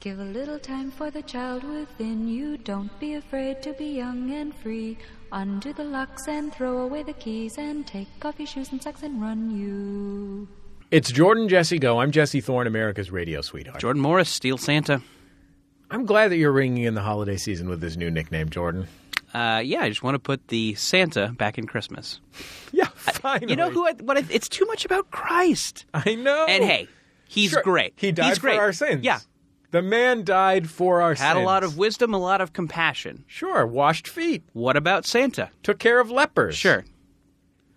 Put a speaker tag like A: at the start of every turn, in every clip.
A: Give a little time for the child within you. Don't be afraid to be young and free. Undo the locks and throw away the keys and take off your shoes and socks and run you.
B: It's Jordan Jesse Go. I'm Jesse Thorne, America's radio sweetheart.
C: Jordan Morris, Steel Santa.
B: I'm glad that you're ringing in the holiday season with this new nickname, Jordan.
C: Uh, yeah, I just want to put the Santa back in Christmas.
B: Yeah, finally.
C: You know who? I, what I, it's too much about Christ.
B: I know.
C: And hey, he's
B: Sure,
C: great.
B: He died
C: he's
B: for
C: great.
B: our sins.
C: Yeah,
B: The man died for our
C: had
B: sins.
C: a lot of wisdom, a lot of compassion.
B: Sure, washed feet,
C: What about Santa?
B: took care of lepers.
C: Sure,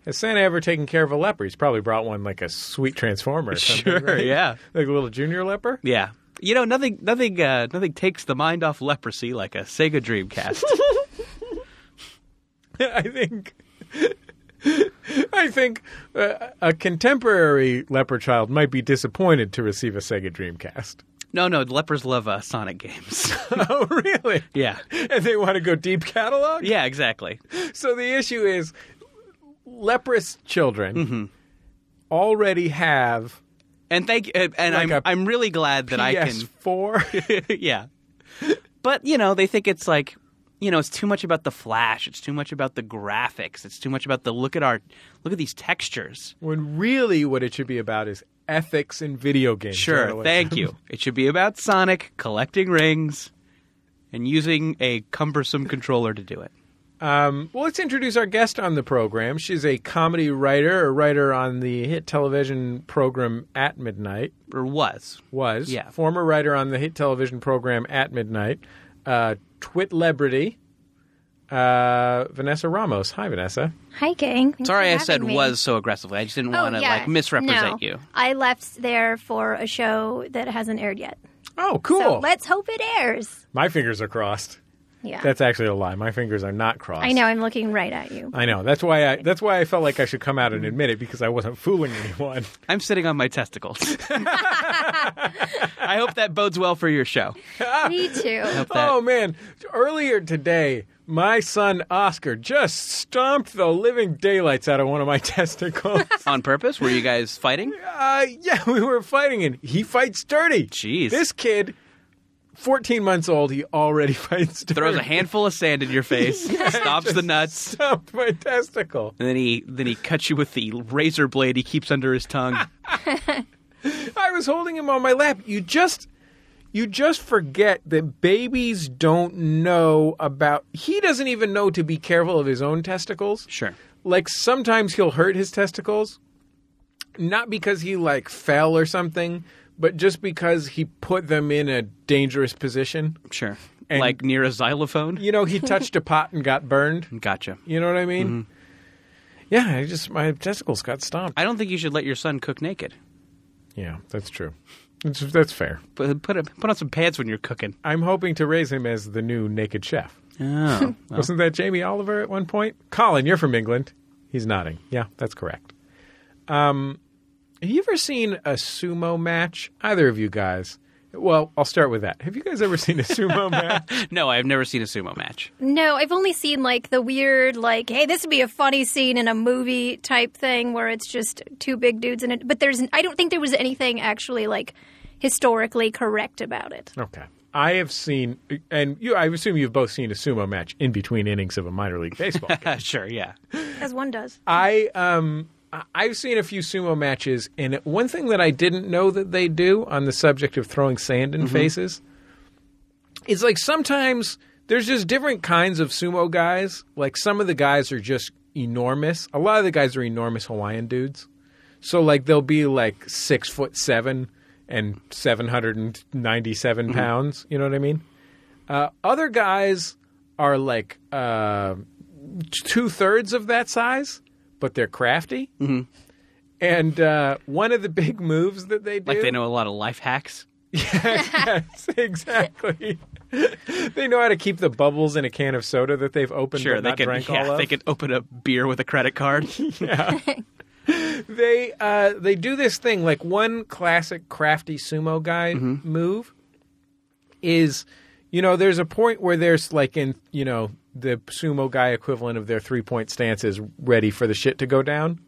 B: Has Santa ever taken care of a leper? He's probably brought one like a sweet transformer or something. right?
C: yeah,
B: Like a little junior leper?
C: yeah. You know, nothing, nothing, uh, nothing takes the mind off leprosy like a Sega Dreamcast.
B: I think. I think uh, a contemporary leper child might be disappointed to receive a Sega Dreamcast.
C: no, no, lepers love uh, Sonic games.
B: oh, really?
C: yeah,
B: And they want to go deep catalog?
C: yeah, exactly.
B: So the issue is leprous children
C: Mm-hmm.
B: already have
C: And thank, uh, and
B: Like
C: I'm,
B: a
C: I'm really glad that I can
B: PS4.
C: yeah. But, you know, they think it's like, you know, it's too much about the flash, it's too much about the graphics, it's too much about the look at our look at these textures.
B: when really what it should be about is ethics in video games.
C: Sure,
B: journalism.
C: thank you. It should be about Sonic collecting rings and using a cumbersome controller to do it.
B: Um, well, let's introduce our guest on the program. She's a comedy writer, a writer on the hit television program At Midnight.
C: Or was.
B: Was
C: Yeah.
B: former writer on the hit television program At Midnight. Uh, Twit celebrity, uh, Vanessa Ramos. Hi, Vanessa.
D: Hi, gang. Thanks
C: Sorry
D: for
C: I said
D: having me.
C: was so aggressively. I just didn't
D: Oh,
C: want to
D: yeah.
C: like misrepresent
D: No.
C: you.
D: I left there for a show that hasn't aired yet.
B: Oh, cool.
D: So let's hope it airs.
B: My fingers are crossed.
D: Yeah.
B: That's actually a lie. My fingers are not crossed.
D: I know. I'm looking right at you.
B: I know. That's why I. That's why I felt like I should come out and admit it because I wasn't fooling anyone.
C: I'm sitting on my testicles. I hope that bodes well for your show.
D: me too.
C: That-
B: Oh man! Earlier today, my son Oscar just stomped the living daylights out of one of my testicles.
C: On purpose? Were you guys fighting?
B: uh, yeah, we were fighting, and he fights dirty.
C: Jeez.
B: This kid, fourteen months old, he already fights dirty.
C: throws a handful of sand in your face, stops the nuts,
B: Stomped my testicle.
C: and then he then he cuts you with the razor blade he keeps under his tongue.
B: I was holding him on my lap. You just you just forget that babies don't know about he doesn't even know to be careful of his own testicles.
C: Sure.
B: Like sometimes he'll hurt his testicles not because he like fell or something, but just because he put them in a dangerous position.
C: Sure.
B: And-
C: like near a xylophone.
B: You know, he touched a pot and got burned.
C: Gotcha.
B: You know what I mean? Yeah, I just my testicles got stomped.
C: I don't think you should let your son cook naked.
B: yeah, that's true. That's, that's fair.
C: Put put, a, put on some pants when you're cooking.
B: I'm hoping to raise him as the new naked chef.
C: Oh, well,
B: Wasn't that Jamie Oliver at one point? Colin, you're from England. He's nodding. Yeah, that's correct. Um, have you ever seen a sumo match? Either of you guys? Well, I'll start with that. Have you guys ever seen a sumo match?
C: no, I've never seen a sumo match.
D: No, I've only seen like the weird, like, hey, this would be a funny scene in a movie type thing where it's just two big dudes in it. But there's, I don't think there was anything actually like historically correct about it.
B: Okay. I have seen, and you, I assume you've both seen a sumo match in between innings of a minor league baseball game.
C: Uh, sure, yeah.
D: As one does.
B: I um I- I've seen a few sumo matches, and one thing that I didn't know that they do on the subject of throwing sand in faces is like sometimes there's just different kinds of sumo guys. Like some of the guys are just enormous. A lot of the guys are enormous Hawaiian dudes. So like they'll be like six foot seven and seven hundred and
C: Mm-hmm.
B: pounds. You know what I mean? Uh, other guys are like uh, two thirds of that size, but they're crafty.
C: Mm-hmm.
B: And uh, one of the big moves that they do,
C: Like they know a lot of life hacks.
B: yes, exactly. they know how to keep the bubbles in a can of soda that they've opened
C: Sure,
B: but
C: they
B: not
C: could
B: drank
C: yeah,
B: all of.
C: they could open a beer with a credit card.
B: they uh, they do this thing like one classic crafty sumo guy
C: Mm-hmm.
B: move is you know there's a point where there's like in you know the sumo guy equivalent of their three point stance is ready for the shit to go down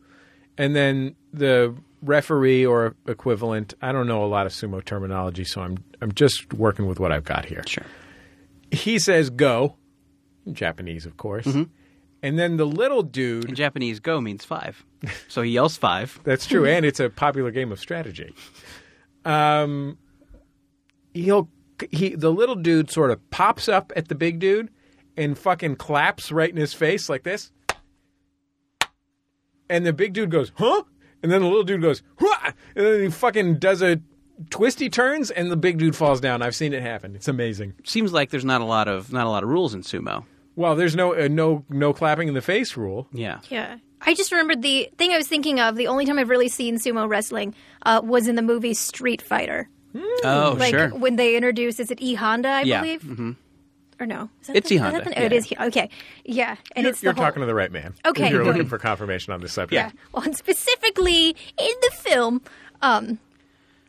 B: and then the referee or equivalent. I don't know a lot of sumo terminology, so I'm I'm just working with what I've got here.
C: Sure.
B: He says go, in Japanese, of course, and then the little dude.
C: In Japanese, go means five. So he yells five.
B: That's true, and it's a popular game of strategy. Um, he'll he the little dude sort of pops up at the big dude and fucking claps right in his face like this, and the big dude goes huh, and then the little dude goes huh, and then he fucking does a twisty turns and the big dude falls down. I've seen it happen. It's amazing.
C: Seems like there's not a lot of not a lot of rules in sumo.
B: Well, there's no uh, no no clapping in the face rule.
C: Yeah.
D: Yeah. I just remembered the thing I was thinking of. The only time I've really seen sumo wrestling uh, was in the movie Street Fighter.
C: Oh,
D: Like
C: sure.
D: when they introduced, is it E Honda? I
C: Yeah.
D: believe. Mm-hmm. Or no? Is that
C: It's
D: the-
C: E
D: is that
C: Honda.
D: the- oh, it
C: Yeah.
D: is. he- Okay. Yeah. And
B: You're,
D: it's the
B: you're
D: whole-
B: talking to the right man.
D: Okay,
B: If you're
D: good.
B: looking for confirmation on this subject.
D: Yeah. Well, and specifically in the film. Um,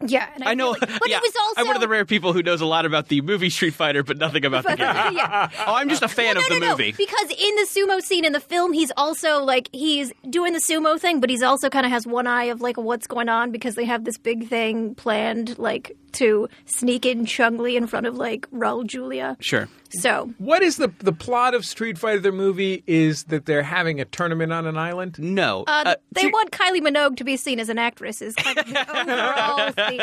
D: yeah. And I,
C: I know.
D: feel like- but
C: yeah,
D: it was also.
C: I'm one of the rare people who knows a lot about the movie Street Fighter, but nothing about the
D: but-
C: game.
D: yeah.
C: Oh, I'm just a fan of
D: no,
C: the
D: no,
C: movie.
D: No, because in the sumo scene in the film, he's also like he's doing the sumo thing, but he's also kind of has one eye of like what's going on because they have this big thing planned, like to sneak in Chung Li in front of like Raul Julia.
C: Sure.
D: So
B: What is the the plot of Street Fighter the movie? Is that they're having a tournament on an island?
C: No.
D: uh,
C: Uh,
D: they
C: to-
D: want Kylie Minogue to be seen as an actress. Is kind of the overall theme. of Street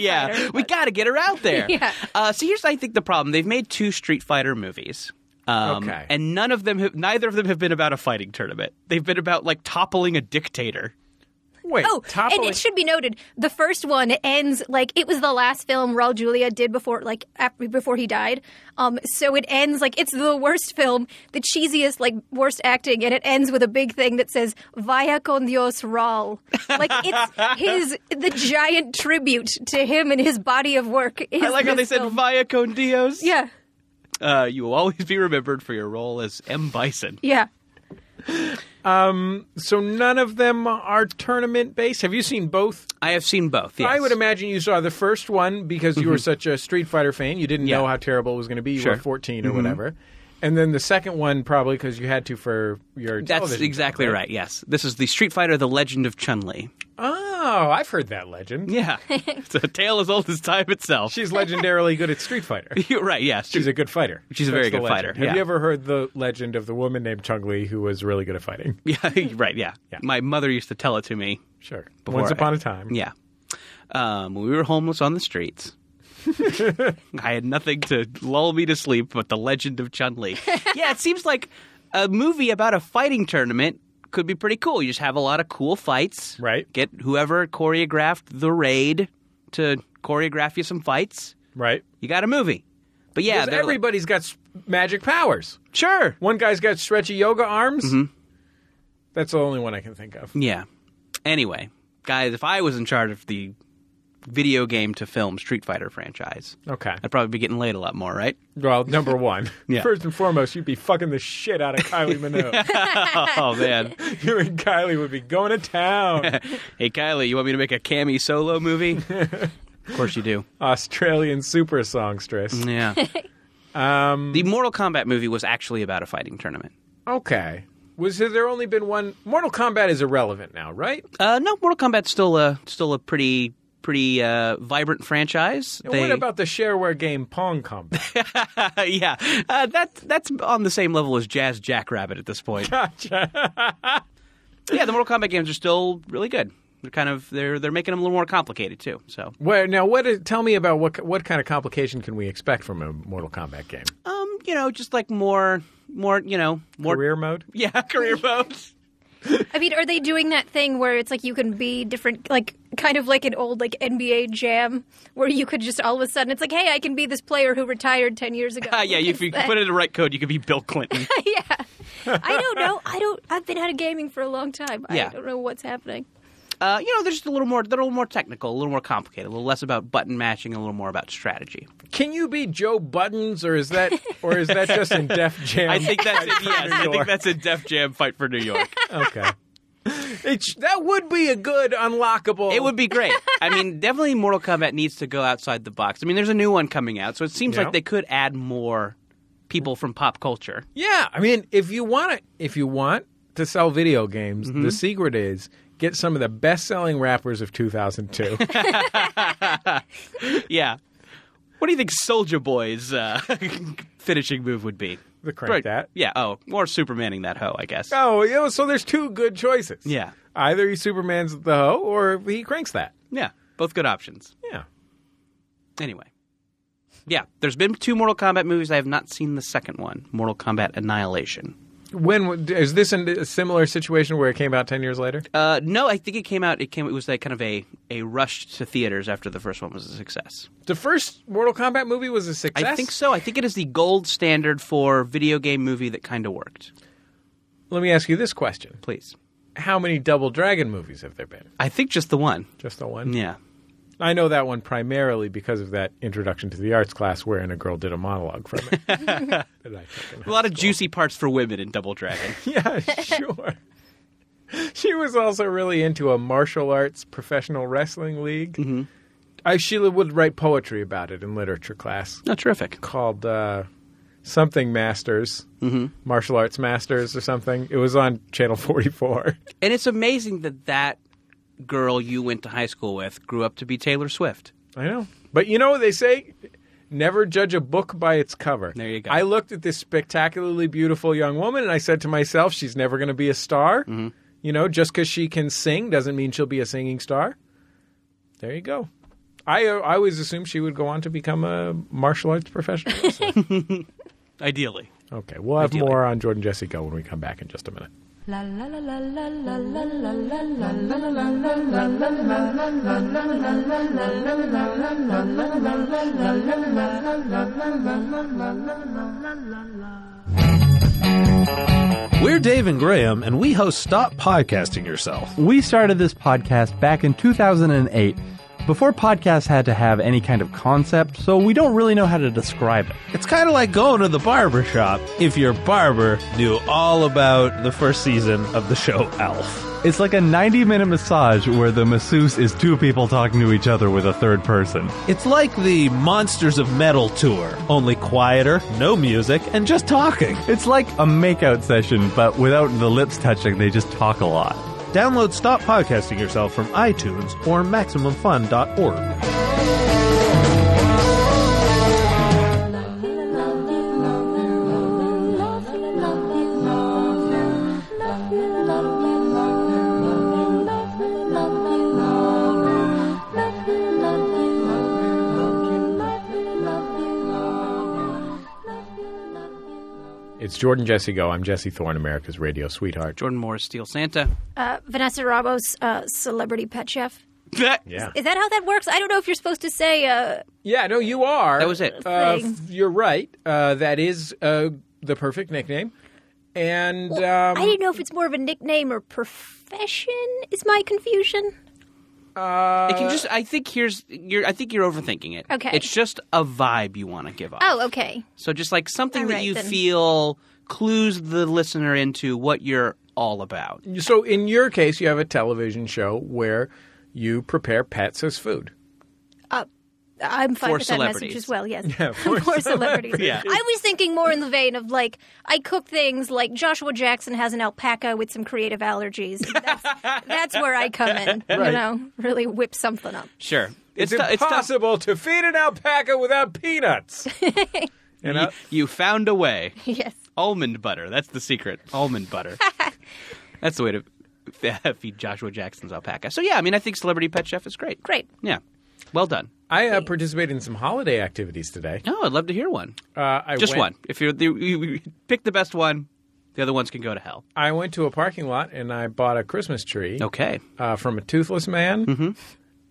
C: yeah,
D: Fighter,
C: we
D: but-
C: got to get her out there.
D: Yeah.
C: Uh, so here's, I think, the problem. They've made two Street Fighter movies. Um,
B: Okay.
C: And none of them, have, neither of them, have been about a fighting tournament. They've been about like toppling a dictator.
B: Wait,
D: Oh,
B: toppling-
D: and it should be noted the first one ends like it was the last film Raul Julia did before like after, before he died. Um, so it ends like it's the worst film, the cheesiest like worst acting, and it ends with a big thing that says "Vaya con Dios, Raul." Like it's his the giant tribute to him and his body of work. Is
C: I like how they
D: this
C: said
D: film.
C: "Vaya con Dios."
D: Yeah,
C: Uh, you will always be remembered for your role as M. Bison.
D: yeah.
B: so none of them are tournament based. Have you seen both?
C: I have seen both. Yes.
B: I would imagine you saw the first one because you
D: Mm-hmm.
B: were such a Street Fighter fan. You didn't know how terrible it was going to be. You
C: Sure.
B: were 14
D: Mm-hmm.
B: or whatever. And then the second one probably because you had to for your
C: That's
B: television.
C: exactly right. Yes, this is the Street Fighter: The Legend of Chun Li.
B: Oh, I've heard that legend.
C: Yeah, it's a tale as old as time itself.
B: She's legendarily good at Street Fighter.
C: You're right. Yeah,
B: She's a good fighter.
C: She's a
B: That's
C: very
B: the
C: good
B: legend.
C: fighter,
B: Have
C: yeah.
B: you ever heard the legend of the woman named Chung Li who was really good at fighting?
C: yeah, right. Yeah. my mother used to tell it to me.
B: Sure.
C: Before
B: Once
C: I-
B: upon a time.
C: Yeah, um, when we were homeless on the streets. I had nothing to lull me to sleep but the Legend of Chun Li. yeah, it seems like a movie about a fighting tournament could be pretty cool. You just have a lot of cool fights.
B: Right.
C: Get whoever choreographed the raid to choreograph you some fights.
B: Right.
C: You got a movie. But yeah,
B: Because
C: they're like-
B: everybody's got s- magic powers.
C: sure.
B: One guy's got stretchy yoga arms.
C: Mm-hmm.
B: That's the only one I can think of.
C: Yeah. Anyway, guys, if I was in charge of the video game to film Street Fighter franchise,
B: Okay.
C: I'd probably be getting laid a lot more, right?
B: Well, number one,
C: Yeah.
B: first and foremost, you'd be fucking the shit out of Kylie Minogue.
C: Oh man.
B: you and Kylie would be going to town.
C: hey Kylie, you want me to make a Cammy solo movie? of course you do.
B: Oh. Australian super songstress.
C: Yeah. um, the Mortal Kombat movie was actually about a fighting tournament.
B: Okay. Was there, there only been one? Mortal Kombat is irrelevant now, right?
C: Uh, no, Mortal Kombat's still a still a pretty pretty uh, vibrant franchise.
B: And What about the shareware game Pong Combat?
C: yeah, uh, that's that's on the same level as Jazz Jackrabbit at this point. yeah, the Mortal Kombat games are still really good. They're kind of they're they're making them a little more complicated too. So
B: Where now? What? Is, tell me about what what kind of complication can we expect from a Mortal Kombat game?
C: um, you know, just like more more you know more
B: Career mode.
C: yeah career modes.
D: I mean, are they doing that thing where it's like you can be different, like kind of like an old like NBA Jam, where you could just all of a sudden it's like, hey, I can be this player who retired ten years ago.
C: Ah, yeah, if you put it in the right code, you could be Bill Clinton.
D: yeah, I don't know. I don't. I've been out of gaming for a long time.
C: Yeah.
D: I don't know what's happening.
C: Uh, you know, they're just a little more they're a little more technical, a little more complicated, a little less about button matching, and a little more about strategy.
B: Can you be Joe Buttons, or is that, or is that just in Def Jam?
C: I think that's it, yes, I
B: York.
C: think that's a Def Jam fight for New York.
B: okay. It's, that would be a good unlockable.
C: It would be great. I mean, definitely Mortal Kombat needs to go outside the box. I mean, there's a new one coming out, so it seems
B: Yeah.
C: like they could add more people from pop culture. Mm-hmm.
B: Yeah, I mean, if you want to, if you want to sell video games, the secret is get some of the best-selling rappers of 2002.
C: Yeah. What do you think Soldier Boy's uh, finishing move would be?
B: The crank
C: Right.
B: that.
C: Yeah. Oh, or Supermaning that hoe, I guess.
B: oh, you know, so there's two good choices.
C: Yeah.
B: Either he Superman's the hoe or he cranks that.
C: Yeah. Both good options.
B: Yeah.
C: Anyway. Yeah. There's been two Mortal Kombat movies. I have not seen the second one, Mortal Kombat Annihilation.
B: When w- is this in a similar situation where it came out 10 years later?
C: Uh, no, I think it came out. It came. It was like kind of a a rush to theaters after the first one was a success.
B: The first Mortal Kombat movie was a success.
C: I think so. I think it is the gold standard for video game movie that kind of worked.
B: Let me ask you this question.
C: Please.
B: How many Double Dragon movies have there been?
C: I think just the one.
B: Just the one?
C: Yeah.
B: I know that one primarily because of that introduction to the arts class wherein a girl did a monologue from it. That I took
C: A
B: in-
C: lot of juicy parts for women in Double Dragon.
B: yeah, sure. She was also really into a martial arts professional wrestling league. Mm-hmm. I, Sheila would write poetry about it in literature class
C: oh, terrific.
B: called uh, something Masters, mm-hmm. martial arts masters or something. It was on Channel 44.
C: And it's amazing that that girl you went to high school with grew up to be Taylor Swift.
B: I know. But you know what they say? Never judge a book by its cover.
C: There you go.
B: I looked at this spectacularly beautiful young woman and I said to myself, she's never going to be a star.
C: Mm-hmm.
B: You know, just because she can sing doesn't mean she'll be a singing star. There you go. I, uh, I always assumed she would go on to become a martial arts professional. wrestler.
C: Ideally.
B: okay, we'll have
C: Ideally.
B: more on Jordan Jesse Go when we come back in just a minute.
A: La la la la la la la la la
E: We're Dave and Graham, and we host Stop Podcasting Yourself.
F: We started this podcast back in 2008, before podcasts had to have any kind of concept, so we don't really know how to describe it.
E: It's kind of like going to the barber shop if your barber knew all about the first season of the show Elf.
F: It's like a 90 minute massage where the masseuse is two people talking to each other with a third person.
E: It's like the Monsters of Metal tour, only quieter, no music, and just talking.
F: It's like a makeout session, but without the lips touching, they just talk a lot.
E: Download Stop Podcasting Yourself from iTunes or MaximumFun.org.
B: It's Jordan Jesse Go. I'm Jesse Thorne, America's radio sweetheart. Jordan.
C: Jordan Morris, Steel Santa.
D: Uh, Vanessa Robo's uh, celebrity pet chef.
C: That,
B: Yeah.
D: Is that how that works? I don't know if you're supposed to say. Uh,
B: Yeah, no, you are.
C: That was it.
B: Uh, f-
D: Thing.
B: you're right. Uh, that is uh, the perfect nickname. And
D: well,
B: um,
D: I didn't know if it's more of a nickname or profession. Is my confusion?
C: It can just. I think here's. You're, I think you're overthinking it.
D: Okay.
C: It's just a vibe you want to give off.
D: Oh, okay.
C: So just like something
D: All
C: that
D: right,
C: you
D: then.
C: feel clues the listener into what you're all about.
B: um, so, in your case, you have a television show where you prepare pets as food.
D: I'm fine
C: For
D: with that message
C: celebrities.
D: as well. Yes,
B: for
D: celebrities. I was thinking more in the vein of like I cook things like Joshua Jackson has an alpaca with some creative allergies. That's, that's where I come in. You know, really whip something up.
C: Sure.
B: It's,
C: tou- tou-
B: impossible to feed an alpaca without peanuts. you know?
C: You found a way.
D: Yes.
C: Almond butter. That's the secret. Almond butter. That's the way to f- feed Joshua Jackson's alpaca. So yeah, I mean, I think celebrity pet chef is great.
D: Great.
C: Yeah. Well done.
B: I uh, participated in some holiday activities today.
C: Oh, I'd love to hear one.
B: Uh, I
C: Just
B: went-
C: one. If you're the, you, you pick the best one, the other ones can go to hell.
B: I went to a parking lot and I bought a Christmas tree
C: Okay.
B: uh, from a toothless man,
C: Mm-hmm.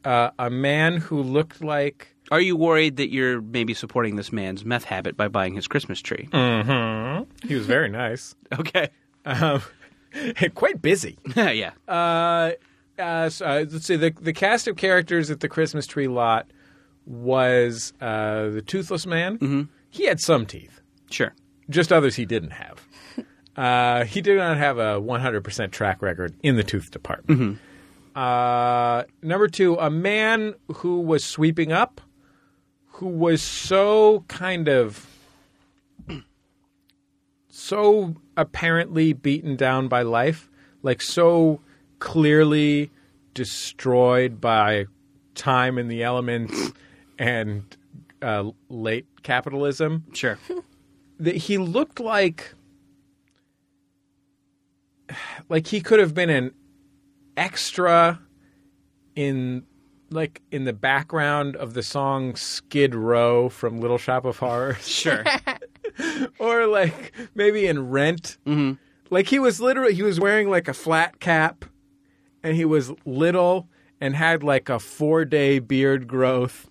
B: uh, a man who looked like
C: Are you worried that you're maybe supporting this man's meth habit by buying his Christmas tree?
B: Mm. he was very nice,
C: Okay.
B: um, and quite busy.
C: yeah.
B: uh, uh, so, uh, let's see. The, the cast of characters at the Christmas tree lot was uh, the Toothless Man.
C: Mm-hmm.
B: He had some teeth,
C: sure.
B: just others he didn't have. Uh, he did not have a 100% track record in the tooth department. Uh, number two, a man who was sweeping up, who was so kind of. So apparently beaten down by life, like so clearly destroyed by time and the elements and uh, late capitalism
C: Sure.
B: that he looked like like he could have been an extra in like in the background of the song Skid Row from Little Shop of Horrors
C: Sure.
B: or like maybe in Rent. Like he was literally he was wearing like a flat cap, and he was little and had like a four day beard growth,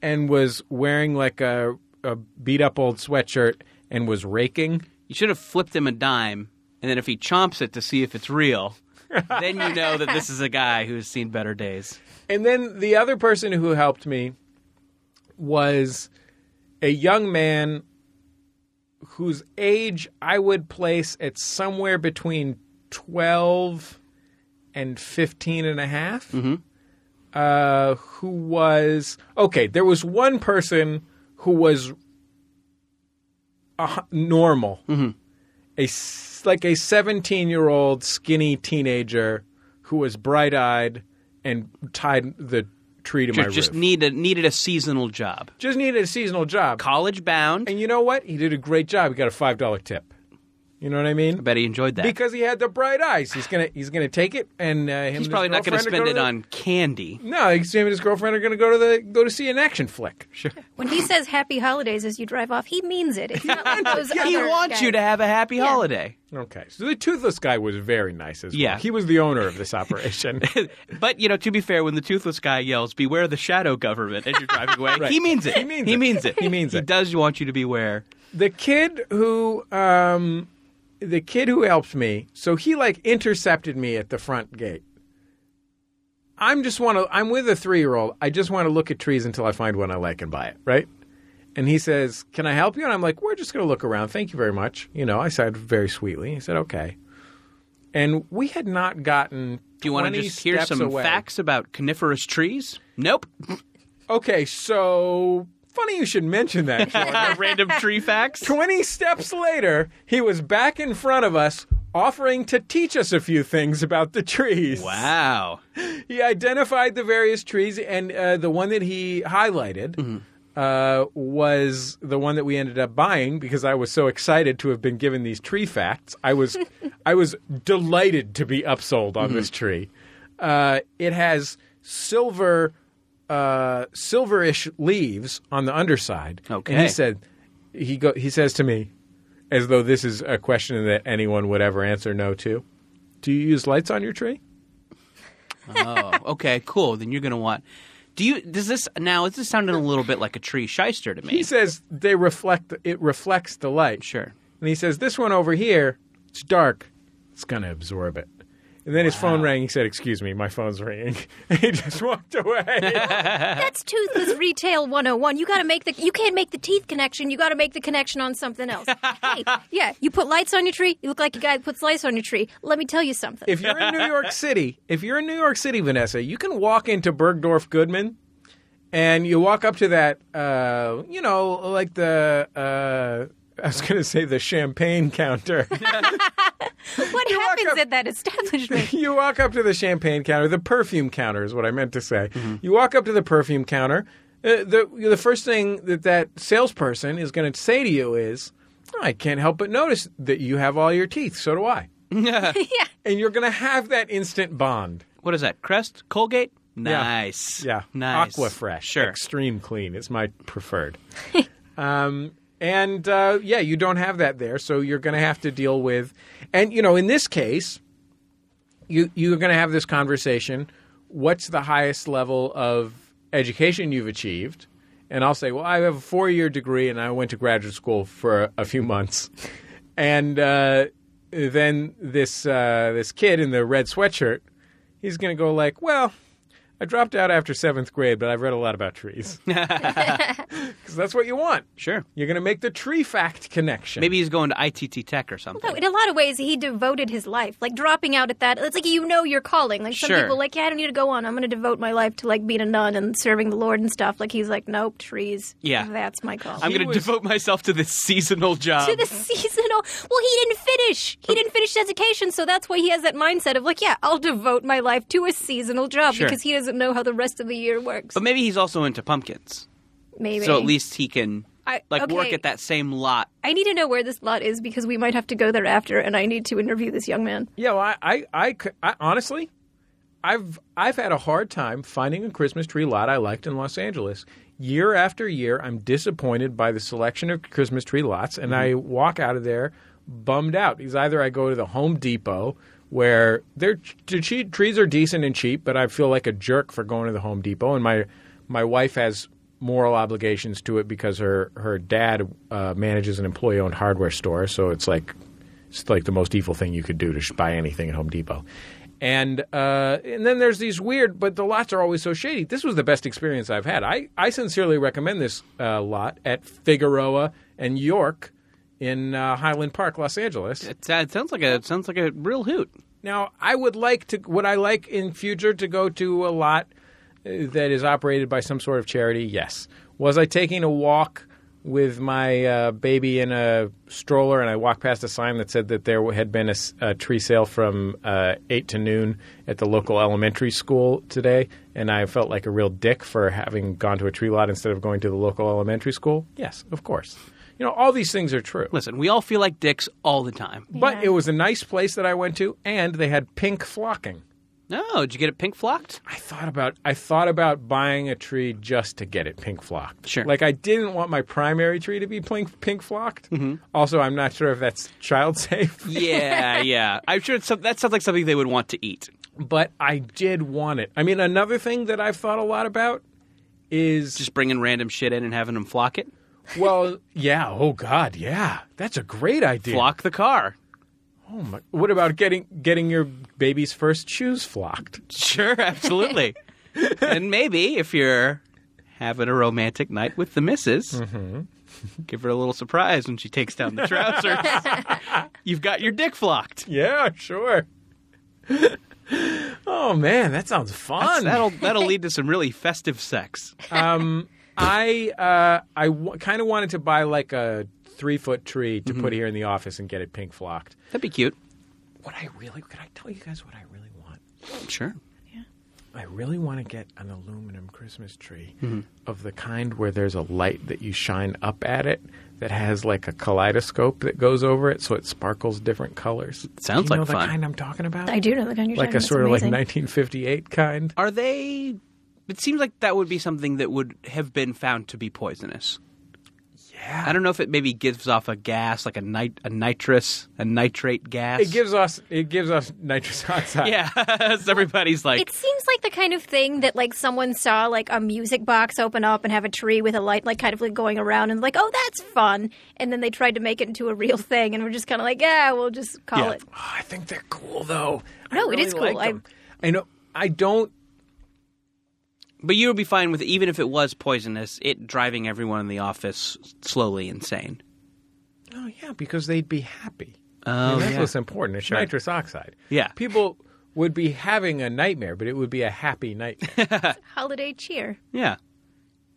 B: and was wearing like a a beat up old sweatshirt and was raking.
C: You should have flipped him a dime, and then if he chomps it to see if it's real, then you know that this is a guy who has seen better days.
B: And then the other person who helped me was a young man whose age I would place at somewhere between 12 and 15 and a half.
C: Mm-hmm.
B: Uh, who was okay? There was one person who was a hu- normal,
C: Mm-hmm.
B: a s- like a 17 year old skinny teenager who was bright eyed and tied the tree to my
C: Just, just
B: roof.
C: need a, needed a seasonal job.
B: just needed a seasonal job.
C: College bound.
B: And you know what? He did a great job. He got a five dollar tip. You know what I mean?
C: I bet he enjoyed that.
B: Because he had the bright eyes. He's gonna he's gonna take it, and uh, him and his
C: He's probably not going to
B: girlfriend are
C: spend it
B: to the-
C: on candy.
B: No, he's- him and his girlfriend are gonna go to the go to see an action flick. Sure.
D: When he says happy holidays as you drive off, he means it. It's not like those
C: He
D: other
C: wants
D: guys.
C: you to have a happy holiday.
B: Okay. So the toothless guy was very nice as well.
C: Yeah.
B: He was the owner of this operation.
C: But, you know, to be fair, when the toothless guy yells, beware the shadow government as you're driving away,
B: Right.
C: he means it.
B: He means
C: he
B: it.
C: means it.
B: He means
C: He
B: it.
C: does want you to beware.
B: the kid who um the kid who helped me so he like intercepted me at the front gate i'm just want to i'm with a three-year-old i just want to look at trees until i find one i like and buy it right and he says can i help you and i'm like we're just going to look around thank you very much you know i said very sweetly he said okay and we had not gotten
C: Do you want
B: 20
C: to just hear
B: steps
C: some
B: away.
C: facts about coniferous trees? Nope.
B: okay so funny you should mention that Jordan.
C: Random tree facts?
B: 20 steps later, he was back in front of us offering to teach us a few things about the trees.
C: Wow.
B: He identified the various trees, and uh, the one that he highlighted uh, was the one that we ended up buying because I was so excited to have been given these tree facts. I was, I was delighted to be upsold on this tree. Uh, it has silver, uh, silverish leaves on the underside. And
C: Okay.
B: he said, he go, he says to me, as though this is a question that anyone would ever answer no to. Do you use lights on your tree?
C: Okay, cool. Then you're going to want. Do you. Does this. Now, is this sounding a little bit like a tree shyster to me?
B: He says they reflect. It reflects the light.
C: Sure.
B: And he says this one over here, it's dark. It's gonna absorb it. And then his phone rang. He said, "Excuse me, my phone's ringing." And he just walked away.
D: That's toothless retail 101. You got to make the you can't make the teeth connection. You got to make the connection on something else. hey, yeah, you put lights on your tree. You look like a guy that puts lights on your tree. Let me tell you something.
B: if you're in New York City, if you're in New York City, Vanessa, you can walk into Bergdorf Goodman, and you walk up to that, uh, you know, like the. Uh, I was going to say the champagne counter.
D: what happens at that establishment?
B: you walk up to the champagne counter, the perfume counter is what I meant to say. You walk up to the perfume counter. Uh, the the first thing that that salesperson is going to say to you is, "Oh, "I can't help but notice that you have all your teeth. So do I."
D: yeah.
B: And you're going to have that instant bond.
C: What is that? Crest? Colgate? Nice.
B: Yeah,
C: Nice.
B: Aqua Fresh,
C: Sure.
B: Extreme Clean is my preferred. um, and uh, yeah, you don't have that there, so you're going to have to deal with. And you know, in this case, you you're going to have this conversation. What's the highest level of education you've achieved? And I'll say, well, I have a four year degree, and I went to graduate school for a few months. and uh, then this uh, this kid in the red sweatshirt, he's going to go like, well. I dropped out after seventh grade, but I've read a lot about trees. because that's what you want.
C: Sure.
B: You're going to make the tree fact connection.
C: Maybe he's going to ITT Tech or something.
D: No, in a lot of ways, he devoted his life. Like dropping out at that, it's like you know your calling. Like some
C: Sure.
D: people, like yeah, I don't need to go on. I'm going to devote my life to like being a nun and serving the Lord and stuff. Like he's like, nope, trees.
C: Yeah.
D: that's my call.
C: I'm
B: He
C: going to
B: was-
C: devote myself to this seasonal job.
D: to the seasonal. Well, he didn't finish. He didn't finish his education, so that's why he has that mindset of like, yeah, I'll devote my life to a seasonal job
C: Sure.
D: because he doesn't know how the rest of the year works.
C: but maybe he's also into pumpkins.
D: Maybe.
C: So at least he can
D: I-
C: like work
D: okay.
C: at that same lot.
D: I need to know where this lot is because we might have to go there after, and I need to interview this young man.
B: Yeah, well, I, I, I, cou- I- honestly, I've I've had a hard time finding a Christmas tree lot I liked in Los Angeles. Year after year, I'm disappointed by the selection of Christmas tree lots, and I walk out of there bummed out because either I go to the Home Depot where their t- trees are decent and cheap, but I feel like a jerk for going to the Home Depot, and my my wife has moral obligations to it because her her dad uh, manages an employee owned hardware store, so it's like it's like the most evil thing you could do to sh- buy anything at Home Depot. And uh, and then there's these weird, but the lots are always so shady. This was the best experience I've had. I, I sincerely recommend this uh, lot at Figueroa and York in uh, Highland Park, Los Angeles.
C: It, sa- it sounds like a it sounds like a real hoot.
B: Now, I would like to. Would I like in future to go to a lot uh, that is operated by some sort of charity? Yes. Was I taking a walk with my uh, baby in a stroller, and I walked past a sign that said that there had been a, s- a tree sale from uh, eight to noon at the local elementary school today, and I felt like a real dick for having gone to a tree lot instead of going to the local elementary school? Yes, of course. You know, all these things are true.
C: Listen, we all feel like dicks all the time.
B: But it was a nice place that I went to, and they had pink flocking. Oh,
C: No, did you get it pink flocked?
B: I thought about I thought about buying a tree just to get it pink flocked.
C: Sure.
B: Like I didn't want my primary tree to be pink pink flocked.
C: Mm-hmm.
B: Also, I'm not sure if that's child safe,
C: Yeah, yeah. I'm sure it's some, that sounds like something they would want to eat.
B: but I did want it. I mean, another thing that I've thought a lot about is
C: Just bringing random shit in and having them flock it.
B: well, yeah, oh god, yeah. That's a great idea.
C: Flock the car.
B: Oh my, what about getting getting your baby's first shoes flocked?
C: Sure, absolutely. and maybe if you're having a romantic night with the missus,
B: Mm-hmm.
C: give her a little surprise when she takes down the trousers. You've got your dick flocked.
B: Yeah, sure. oh man, that sounds
C: That's-
B: fun.
C: that'll that'll lead to some really festive sex.
B: I uh, I w- kind of wanted to buy like a three foot tree to
C: Mm-hmm.
B: put here in the office and get it pink flocked.
C: That'd be cute.
B: What I really could I tell you guys what I really want?
C: Sure.
B: I really want to get an aluminum Christmas tree
C: Mm-hmm.
B: of the kind where there's a light that you shine up at it that has like a kaleidoscope that goes over it so it sparkles different colors.
C: Sounds
B: Do you
C: like
B: know
C: fun.
B: the kind I'm talking about?
D: I do know the kind you're
B: Like
D: talking
B: a
D: about.
B: sort of like
D: It's amazing.
B: 1958 kind.
C: Are they? It seems like that would be something that would have been found to be poisonous.
B: Yeah.
C: I don't know if it maybe gives off a gas, like a nit- a nitrous, a nitrate gas.
B: It gives us it gives us nitrous oxide.
C: Yeah, so everybody's like,
D: It seems like the kind of thing that like someone saw like a music box open up and have a tree with a light like kind of like going around and like oh that's fun and then they tried to make it into a real thing and we're just kind of like yeah we'll just call
C: Yeah.
D: it
B: Oh, I think they're cool though. I
D: No, it
B: really
D: is cool.
B: like
D: I-
B: them. I know. I don't.
C: But you would be fine with even if it was poisonous, it driving everyone in the office slowly insane.
B: Oh yeah, because they'd be happy.
C: Oh,
B: I mean, that's
C: yeah.
B: what's important. It's nitrous oxide.
C: Yeah.
B: people would be having a nightmare, but it would be a happy nightmare.
D: holiday cheer.
C: Yeah.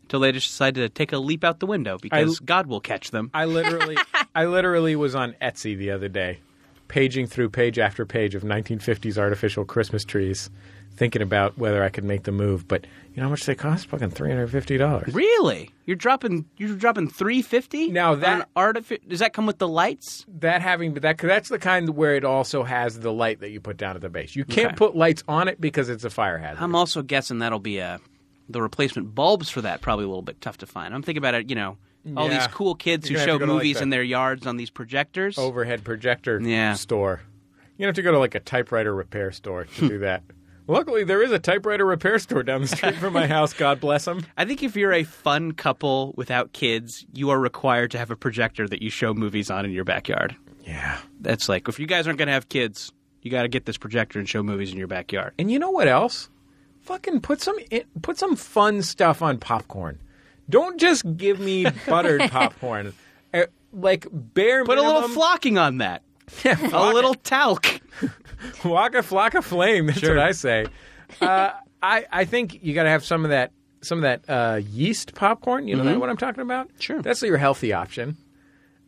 C: Until they just decide to take a leap out the window because
B: I-
C: God will catch them.
B: I literally, I literally was on Etsy the other day, paging through page after page of 1950s artificial Christmas trees, thinking about whether I could make the move. But you know how much they cost? Fucking three hundred fifty dollars.
C: really? You're dropping you're dropping 350?
B: Now
C: on
B: that-
C: an artifi- does that come with the lights?
B: that having that that's the kind where it also has the light that you put down at the base. You can't put lights on it because it's a fire hazard.
C: I'm also guessing that'll be a the replacement bulbs for that probably a little bit tough to find. I'm thinking about it, you know, all
B: Yeah.
C: these cool kids
B: You're
C: who
B: gonna have to
C: show
B: go to, like,
C: movies
B: the-
C: in their yards on these projectors.
B: Overhead projector
C: Yeah.
B: store. You have to go to like a typewriter repair store to do that. Luckily, there is a typewriter repair store down the street from my house. God bless them.
C: I think if you're a fun couple without kids, you are required to have a projector that you show movies on in your backyard.
B: Yeah.
C: That's like if you guys aren't going to have kids, you got to get this projector and show movies in your backyard.
B: And you know what else? Fucking put some put some fun stuff on popcorn. Don't just give me buttered popcorn. Uh, Like bare
C: Put a
B: minimum,
C: little flocking on that. a little talc.
B: Walk a flock of flame. That's
C: Sure.
B: what I say. Uh, I I think you got to have some of that some of that uh, yeast popcorn. You know that what I'm talking about?
C: Mm-hmm. Sure.
B: That's your healthy option.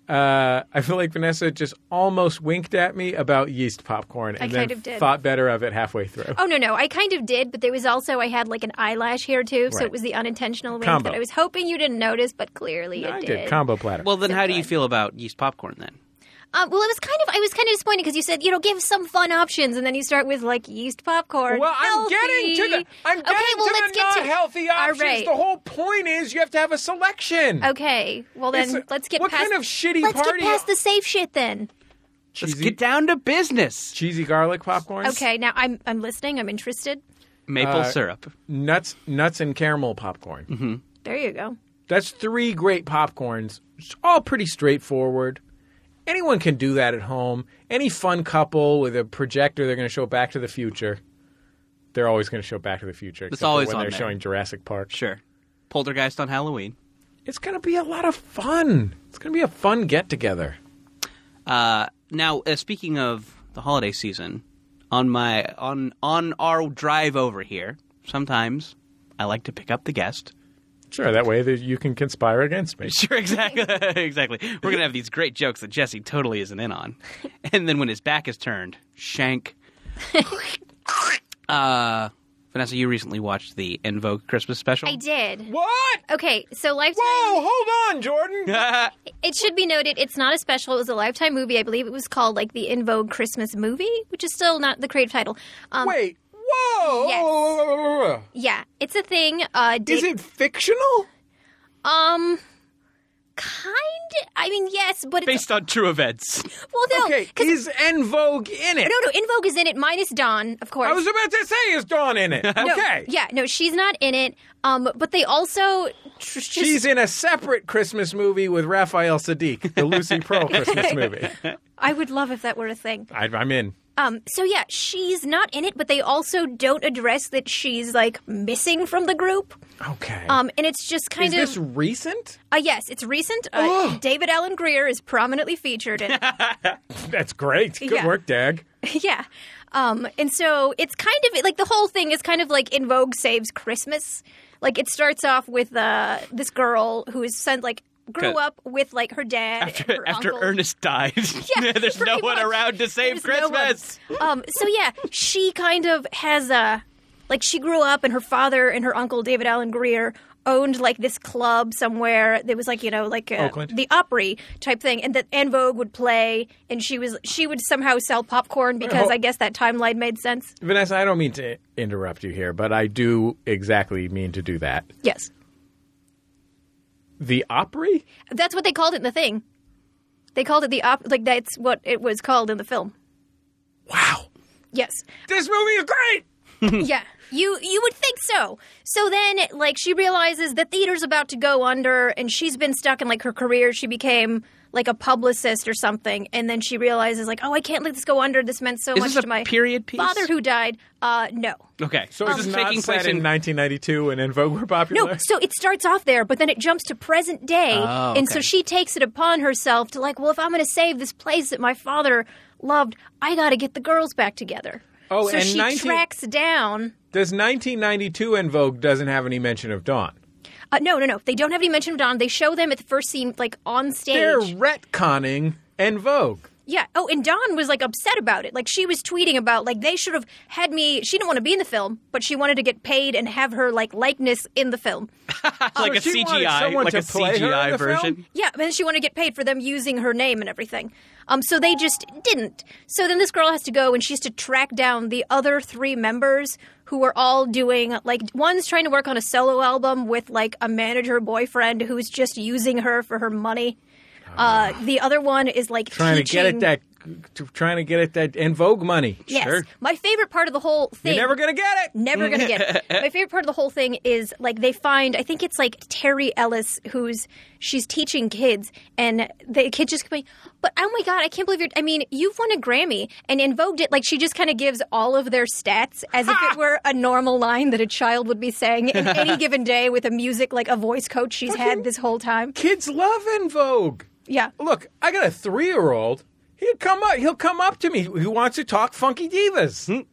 B: Uh, I feel like Vanessa just almost winked at me about yeast popcorn, and
D: I
B: then
D: kind of did.
B: thought better of it halfway through.
D: Oh no, no, I kind of did, but there was also I had like an eyelash here too, so
B: Right.
D: it was the unintentional wink
B: Combo.
D: that I was hoping you didn't notice, but clearly
B: I
D: it
B: did. combo platter.
C: Well, then how do you feel about yeast popcorn then?
D: Um, well, it was kind of I was kind of disappointed because you said you know give some fun options, and then you start with like yeast popcorn.
B: Well, I'm
D: healthy.
B: getting to the I'm
D: okay,
B: getting
D: well,
B: to
D: let's
B: the
D: get to
B: non-healthy
D: All
B: options.
D: right.
B: The whole point is you have to have a selection.
D: Okay, well then
B: It's-
D: let's get
B: what
D: past
B: kind of shitty
D: let's
B: party-
D: get past the safe shit then.
C: Let's
B: Cheesy.
C: get down to business.
B: Cheesy garlic popcorn.
D: Okay, now I'm I'm listening. I'm interested.
C: Maple syrup.
B: Nuts, nuts and caramel popcorn.
D: There you go.
B: That's three great popcorns. It's all pretty straightforward. Anyone can do that at home. Any fun couple with a projector, they're going to show Back to the Future. They're always going to show Back to the Future. except for
C: always
B: when
C: on
B: they're
C: there.
B: showing Jurassic Park.
C: Sure. Poltergeist on Halloween.
B: It's going to be a lot of fun. It's going to be a fun get together.
C: Uh, now, uh, speaking of the holiday season, on my on on our drive over here, sometimes I like to pick up the guest.
B: Sure, that way that you can conspire against me.
C: Sure, exactly, exactly. We're gonna have these great jokes that Jesse totally isn't in on, and then when his back is turned, shank. uh, Vanessa, you recently watched the En Vogue Christmas special.
D: I did.
B: What?
D: Okay, so lifetime.
B: Whoa, hold on, Jordan.
D: It should be noted it's not a special. It was a Lifetime movie. I believe it was called like the In Vogue Christmas movie, which is still not the creative title. Um,
B: Wait. Whoa.
D: Yes. Yeah, it's a thing. Uh,
B: Is
D: Dick-
B: it fictional?
D: Um, kind. I mean, yes, but it's
C: Based on true events.
D: well, no,
B: Okay,
D: 'cause-
B: is En Vogue in it?
D: no, no. In Vogue is in it, minus Dawn, of course.
B: I was about to say, is Dawn in it?
D: No,
B: Okay.
D: Yeah, no, she's not in it. Um, but they also tr- just-
B: She's in a separate Christmas movie with Raphael Sadiq, the Lucy Pearl Christmas movie.
D: I would love if that were a thing.
B: I, I'm in.
D: Um, so yeah, she's not in it, but they also don't address that she's like missing from the group.
B: Okay.
D: Um, and it's just
B: is
D: kind of
B: this recent?
D: Uh, yes, it's recent.
C: Oh!
D: Uh, David Allen Greer is prominently featured in.
B: That's great. Good
D: Yeah.
B: work, Dag.
D: yeah. Um, and so it's kind of like the whole thing is kind of like In Vogue saves Christmas. Like it starts off with uh, this girl who is sent like grew
C: Okay.
D: up with like her dad and
C: after,
D: her
C: after
D: uncle.
C: Ernest died,
D: Yeah,
C: there's no
D: pretty
C: one
D: much.
C: around to save
D: There's no one.
C: Christmas.
D: um, so yeah, she kind of has a like she grew up and her father and her uncle David Allen Greer owned like this club somewhere that was like you know like uh
B: Oakland?
D: the Opry type thing, and that En Vogue would play, and she was she would somehow sell popcorn because
C: Oh.
B: hol-
D: I guess that timeline made sense.
B: Vanessa, I don't mean to interrupt you here, but I do exactly mean to do that.
D: Yes,
B: The Opry?
D: that's what they called it in the thing. They called it the op like that's what it was called in the film.
B: Wow.
D: Yes.
B: This movie is great.
D: Yeah, you you would think so. So then, like, she realizes the theater's about to go under, and she's been stuck in like her career. She became like a publicist or something, and then she realizes like, oh, I can't let this go under. This meant so
C: Is
D: much
C: this a
D: to my
C: period piece?
D: father who died. Uh, no.
C: Okay,
B: So it's
C: this is
B: not
C: taking
B: set
C: place
B: in 1992 and En Vogue were popular?
D: No, so it starts off there, but then it jumps to present day,
C: Oh,
D: and so
C: okay.
D: she takes it upon herself to like, well, if I'm going to save this place that my father loved, I got to get the girls back together.
B: Oh,
D: so
B: and
D: she
B: 19
D: tracks down.
B: Does 1992 En Vogue doesn't have any mention of Dawn?
D: Uh, no, no, no. They don't have any mention of Don. They show them at the first scene, like on stage.
B: They're retconning En Vogue.
D: Yeah. Oh, and Don was like upset about it. Like she was tweeting about like they should have had me. She didn't want to be in the film, but she wanted to get paid and have her like likeness in the film.
C: like a
B: So Oh, she wanted
C: CGI,
B: someone
C: like
B: to
C: a
B: play her in the
C: CGI
B: film?
C: version.
D: Yeah, and she wanted to get paid for them using her name and everything. Um, so they just didn't. So then this girl has to go and she has to track down the other three members who are all doing like one's trying to work on a solo album with like a manager boyfriend who's just using her for her money. Uh, the other one is like
B: Trying to get
D: teaching-
B: at that to trying to get at that and Vogue money.
D: Yes.
B: Sure.
D: My favorite part of the whole thing.
B: You're never gonna get it.
D: never gonna get it. My favorite part of the whole thing is like they find I think it's like Terry Ellis who's she's teaching kids and the kid just going, but oh my god, I can't believe you're I mean, you've won a Grammy and in Vogue it like she just kind of gives all of their stats as if it were a normal line that a child would be saying in any given day with a music like a voice coach she's had this whole time.
B: Kids love in Vogue.
D: Yeah.
B: Look, I got a three year old. He'll come up. He'll come up to me. He wants to talk funky divas.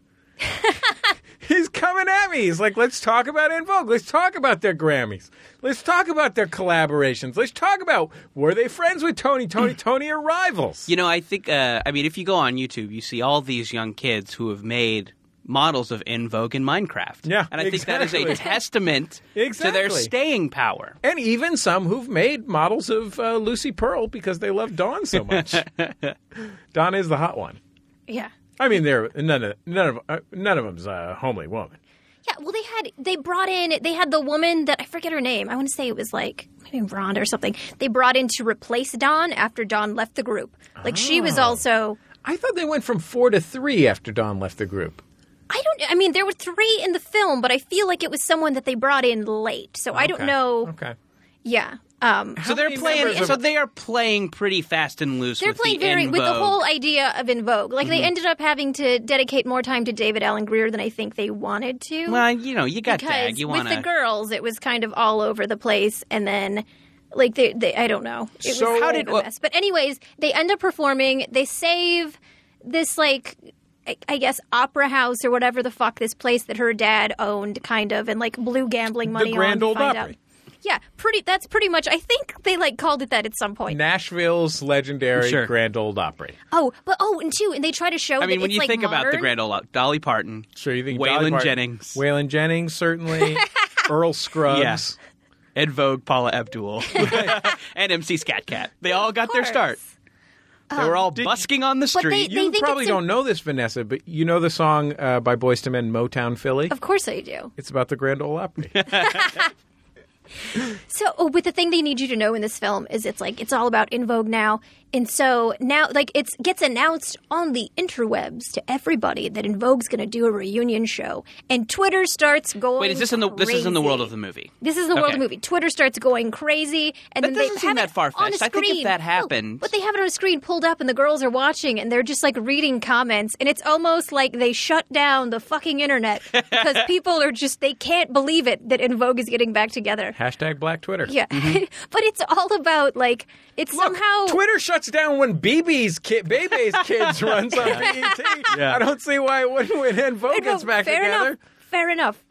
B: He's coming at me. He's like, "Let's talk about En Vogue. Let's talk about their Grammys. Let's talk about their collaborations. Let's talk about were they friends with Tony, Tony, Tony, or rivals?"
C: You know, I think, uh, I mean, if you go on YouTube, you see all these young kids who have made models of In Vogue in Minecraft.
B: Yeah,
C: And I think that
B: exactly.
C: is a testament to
B: Exactly.
C: their staying power.
B: And even some who've made models of uh, Lucy Pearl because they love Dawn so much. Dawn is the hot one.
D: Yeah.
B: I mean, they're none of none of uh, none of them's a homely woman.
D: Yeah, well, they had they brought in they had the woman that I forget her name. I want to say it was like maybe Rhonda or something. They brought in to replace Dawn after Dawn left the group. Like she was
B: Oh.
D: also.
B: I thought they went from four to three after Dawn left the group.
D: I don't. I mean, there were three in the film, but I feel like it was someone that they brought in late. So I don't
B: Okay.
D: know.
B: Okay.
D: Yeah. Um,
C: So they're
B: many
C: playing.
B: members of-
C: So they are playing pretty fast and loose.
D: they're
C: with
D: playing
C: the
D: very
C: En
D: with the
C: Vogue.
D: whole idea of In Vogue. Like
B: Mm-hmm.
D: they ended up having to dedicate more time to David Allen Greer than I think they wanted to.
C: Well, you know, you got
D: because
C: tag. You
D: with
C: want
D: the girls, it was kind of all over the place, and then like they, they I don't know. It
B: So-
D: was
B: How
D: how
B: did-
D: did a mess. But anyways, they end up performing. They save this like. I- I guess opera house or whatever the fuck this place that her dad owned, kind of, and like blew gambling money
B: Grand
D: on.
B: Ole
D: to find
B: Opry.
D: out. Yeah, pretty. That's pretty much. I think they like called it that at some point.
B: Nashville's legendary
C: Sure.
B: Grand Old Opry.
D: Oh, but oh, and two, and they try to show.
C: I mean,
D: that
C: when
D: it's,
C: you
D: like,
C: think about the
D: modern.
C: Grand Ole Op- Dolly Parton,
B: So you think Dolly
C: Waylon
B: Parton-
C: Jennings,
B: Waylon Jennings certainly, Earl Scruggs.
C: Ed Vogue, Paula Abdul, and MC Scat Cat. They all got their
D: course.
C: start. They were all busking on the
D: Um, but they-
C: street.
D: they-
B: You
D: think
B: probably
D: it's a-
B: don't know this, Vanessa, but you know the song uh, by Boyz II Men, "Motown Philly."
D: Of course, I do.
B: It's about the Grand Ole Opry.
D: So, oh, but the thing they need you to know in this film is it's like it's all about in vogue now, and so now like it gets announced on the interwebs to everybody that in vogue's going to do a reunion show, and Twitter starts going.
C: Wait, is this in the this is in the world of the movie?
D: This is the world
C: Okay.
D: of the movie. Twitter starts going crazy, and
C: That
D: then they
C: doesn't seem
D: have
C: that
D: it
C: far-fetched.
D: on a
C: I think if
D: screen.
C: that
D: No,
C: happened-
D: but they have it on a screen pulled up, and the girls are watching, and they're just like reading comments, and it's almost like they shut down the fucking internet because people are just they can't believe it that In Vogue is getting back together.
B: Hashtag Black Twitter.
D: Yeah, but it's all about like it's
B: Mm-hmm. Look,
D: somehow
B: Twitter shuts down when BB's kid, Bebe's kids runs on BET. I don't see why it wouldn't when En Vogue
D: Fair
B: gets back together.
D: enough. Fair enough.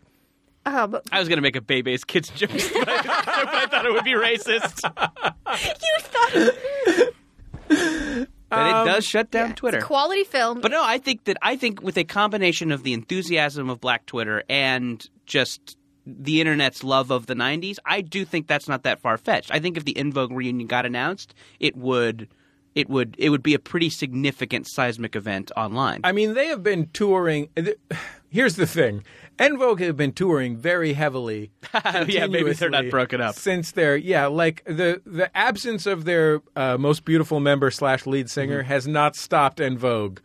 D: Oh, but
C: I was going to make a Bebe's kids joke, but I, but I thought it would be racist.
D: you thought
C: But it
D: Um,
C: does shut down Twitter.
D: quality film?
C: But no, I think that I think with a combination of the enthusiasm of Black Twitter and just the internet's love of the '90s, I do think that's not that far fetched. I think if the In Vogue reunion got announced, it would, it would, it would be a pretty significant seismic event online.
B: I mean, they have been touring. th- Here's the thing: En Vogue have been touring very heavily.
C: Yeah, maybe they're not
B: continuously
C: broken up.
B: since their yeah, like the the absence of their uh, most beautiful member slash lead singer
C: Mm-hmm.
B: has not stopped En Vogue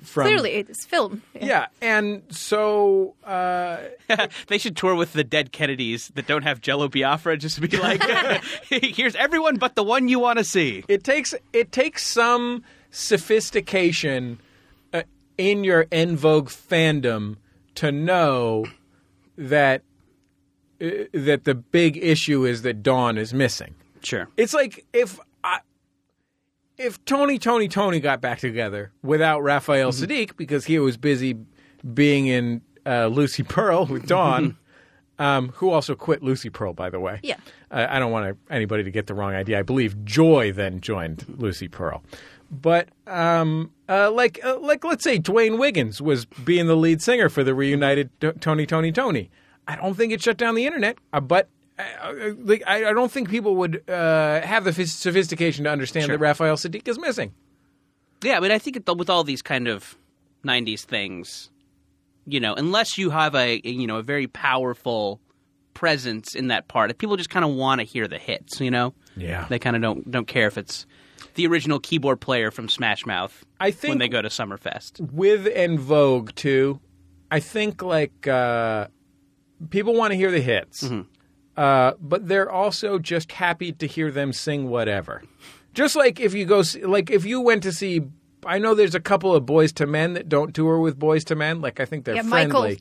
B: from
D: clearly, it's film.
B: Yeah, and so uh,
C: they should tour with the dead Kennedys that don't have Jello Biafra. Just be like, here's everyone but the one you want to see.
B: it takes it takes some sophistication uh, in your en vogue fandom to know that uh, that the big issue is that Dawn is missing.
C: Sure.
B: It's like if I, if Tony Tony Tony got back together without Raphael Sadiq because he was busy being in uh, Lucy Pearl with Dawn. Um, who also quit Lucy Pearl, by the way.
D: Yeah.
B: Uh, I don't want to, anybody to get the wrong idea. I believe Joy then joined Lucy Pearl, but um, uh, like uh, like let's say Dwayne Wiggins was being the lead singer for the reunited T- Tony Tony Tony. I don't think it shut down the internet, uh, but uh, uh, like I, I don't think people would uh, have the phys- sophistication to understand that Raphael Sadiq is missing.
C: Yeah, but I think it- with all these kind of '90s things, you know, unless you have a you know a very powerful presence in that part, people just kind of want to hear the hits. You know,
B: Yeah.
C: they kind of don't don't care if it's the original keyboard player from Smash Mouth
B: I think
C: when they go to Summerfest.
B: with and Vogue too. I think like uh, people want to hear the hits, uh, but they're also just happy to hear them sing whatever. Just like if you go, see, like if you went to see, I know there's a couple of Boys to Men that don't tour with Boys to Men. Like I think they're
D: Yeah,
B: friendly.
D: Michael-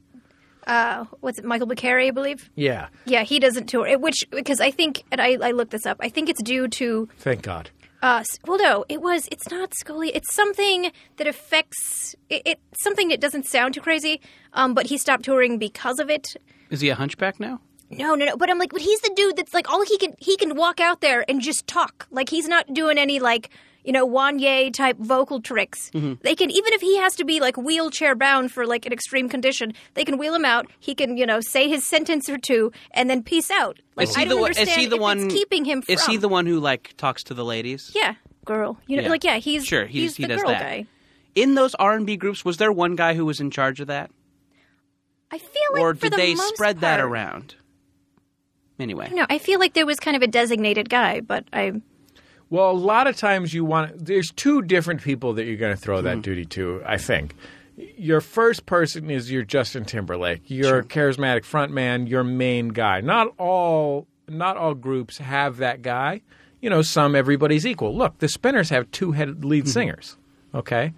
D: What's it, Michael Bacari, I believe?
B: Yeah,
D: Yeah, he doesn't tour. It- Which, because I think, and I, I looked this up, I think it's due to
B: thank God.
D: us. Well, no, it was. It's not Scully. It's something that affects. It, it something that doesn't sound too crazy. Um, but he stopped touring because of it.
C: Is he a hunchback now?
D: No, no, no. But I'm like, but he's the dude that's like all he can he can walk out there and just talk. Like he's not doing any like you know Wanye type vocal tricks.
C: Mm-hmm.
D: They can even if he has to be like wheelchair bound for like an extreme condition, they can wheel him out. He can you know say his sentence or two and then peace out. Like
C: Is
D: I
C: he
D: don't
C: the, one-
D: understand
C: is he the
D: if
C: one
D: it's keeping him. From.
C: Is he the one who like talks to the ladies?
D: Yeah, girl. You know,
C: Yeah.
D: like yeah, he's
C: Sure, he-
D: he's
C: he
D: the
C: does
D: girl
C: that.
D: guy.
C: In those R and B groups, was there one guy who was in charge of that,
D: I feel like
C: or
D: for
C: did
D: the
C: they
D: most
C: spread that
D: part-
C: around? Anyway,
D: No, I feel like there was kind of a designated guy, but I
B: Well, a lot of times you want there's two different people that you're going to throw that duty to, I think. Your first person is your Justin Timberlake, your charismatic frontman, your main guy. Not all not all groups have that guy. You know, some everybody's equal. Look, the Spinners have two head lead singers. Okay?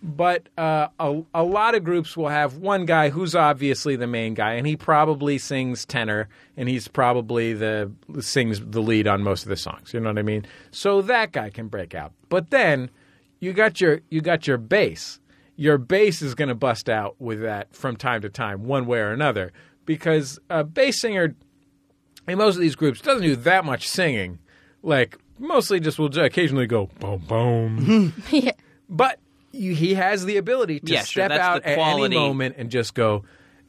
B: But uh, a, a lot of groups will have one guy who's obviously the main guy, and he probably sings tenor, and he's probably the sings the lead on most of the songs. You know what I mean? So that guy can break out. But then you got your you got your bass. Your bass is going to bust out with that from time to time, one way or another, because a bass singer in most of these groups doesn't do that much singing. Like mostly just will occasionally go boom boom but you, he has the ability to
C: Yeah, sure,
B: step
C: that's
B: out
C: the
B: at any
C: quality. Mm-hmm.
B: moment and just go,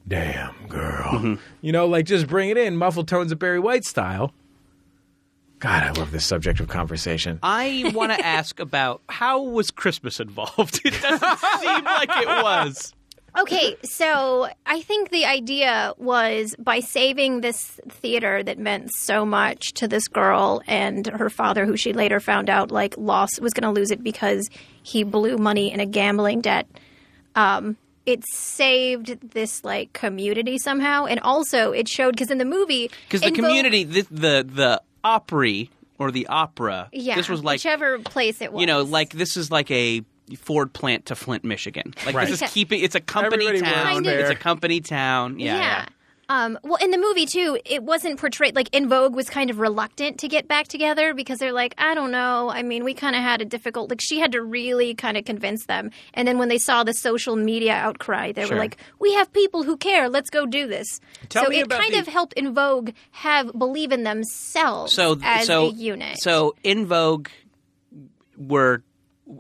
B: "Damn girl," you know, like just bring it in, muffled tones of Barry White style. God, I love this subject of conversation.
C: I want to ask about how was Christmas involved? It doesn't seem like it was.
D: Okay, so I think the idea was by saving this theater that meant so much to this girl and her father, who she later found out like lost was going to lose it because he blew money in a gambling debt. Um, it saved this like community somehow, and also it showed because in the movie,
C: Because the
D: in Vogue-
C: community, the, the the Opry or the opera,
D: yeah,
C: this was like
D: whichever place it was,
C: you know, like this is like a Ford plant to Flint, Michigan. Like
B: Right.
C: this is keeping it's a company
B: Everybody
C: town.
D: works there.
C: It's a company town. Yeah, yeah.
D: Um, well, in the movie too, it wasn't portrayed like In Vogue was kind of reluctant to get back together because they're like, I don't know. I mean, we kind of had a difficult. Like, she had to really kind of convince them. And then when they saw the social media outcry, they
C: Sure.
D: were like, We have people who care. Let's go do this.
B: Tell
D: so
B: me
D: it
B: about
D: kind
B: the-
D: of helped In Vogue have believe in themselves
C: So
D: as
C: so
D: a unit.
C: so in Vogue were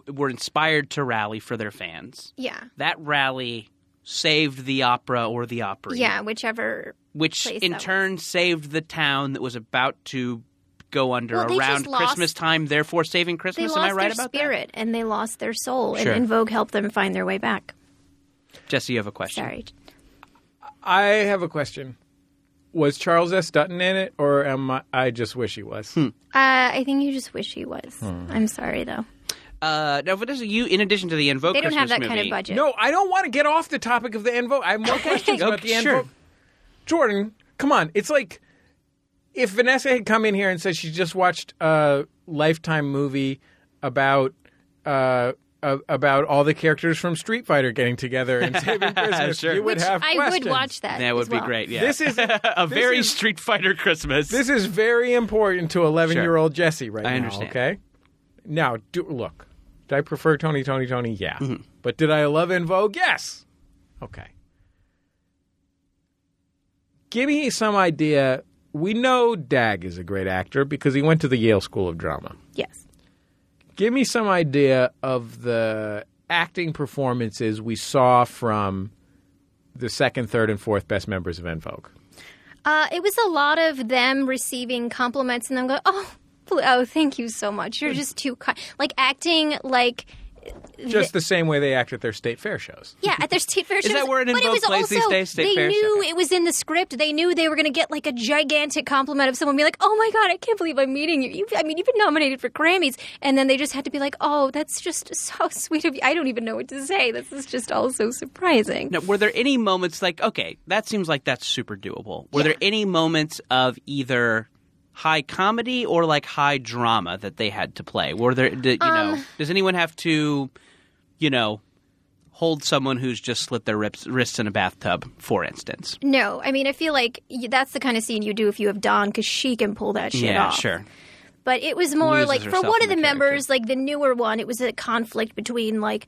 C: were inspired to rally for their fans.
D: yeah,
C: That rally saved the opera or the opera.
D: yeah, whichever.
C: which
D: place
C: in
D: that
C: turn saved the town that was about to go under
D: Well, they just
C: around
D: lost-
C: Christmas time, therefore saving
D: They
C: Christmas. Am
D: lost
C: I right
D: their
C: about
D: spirit and they lost their soul,
C: Sure.
D: and In Vogue helped them find their way back.
C: that? Jesse, you have a question.
D: Sorry.
B: I have a question: Was Charles S. Dutton in it, or am I? I just wish he was.
D: Uh, I think you just wish he was. I'm sorry though.
C: Uh, now, Vanessa, you in addition to the Invoke,
D: They don't have
C: Christmas
D: that kind of
C: movie-
D: budget.
B: No, I don't want to get off the topic of the Envo. I have more questions about the
C: Okay,
B: Envo.
C: sure.
B: Jordan, come on. It's like if Vanessa had come in here and said she just watched a Lifetime movie about uh, uh, about all the characters from Street Fighter getting together and saving Christmas,
C: Sure.
B: you would
D: Which
B: have
D: I
B: questions.
D: would watch that.
C: That
D: as
C: would be
D: well.
C: great. Yeah,
B: This is
C: a very
B: is-
C: Street Fighter Christmas.
B: this is very important to eleven year old Jesse right
C: I
B: now.
C: understand.
B: Okay, now do, look. Did I prefer Tony, Tony, Tony? Yeah,
C: Mm-hmm.
B: but did I love En Vogue? Yes. Okay. Give me some idea. We know Dag is a great actor because he went to the Yale School of Drama.
D: Yes.
B: Give me some idea of the acting performances we saw from the second, third, and fourth best members of En Vogue.
D: Uh, it was a lot of them receiving compliments and them going, "Oh, pl- oh, thank you so much. You're just too kind." Like acting like
B: Just the same way they act at their state fair shows.
D: Yeah, uh, at their state fair shows.
C: that where it in
D: but it
C: both
D: was
C: places
D: also,
C: stays state
D: they
C: fairs?
D: knew
C: Okay.
D: it was in the script. They knew they were going to get like a gigantic compliment of someone being like, "Oh my god, I can't believe I'm meeting you. you I mean, you've been nominated for Grammys." And then they just had to be like, "Oh, that's just so sweet of you. I don't even know what to say. This is just all so surprising."
C: Now, were there any moments like, okay, that seems like that's super doable? Were there any moments of either high comedy or like high drama that they had to play? Were there, did, you
D: Um,
C: know, does anyone have to, you know, hold someone who's just slit their rips, wrists in a bathtub, for instance?
D: No, I mean, I feel like y- that's the kind of scene you do if you have Dawn because she can pull that shit
C: yeah,
D: off.
C: sure.
D: but it was more
C: Loses
D: like for
C: herself
D: one
C: in
D: of the
C: the character.
D: members like the newer one it was a conflict between like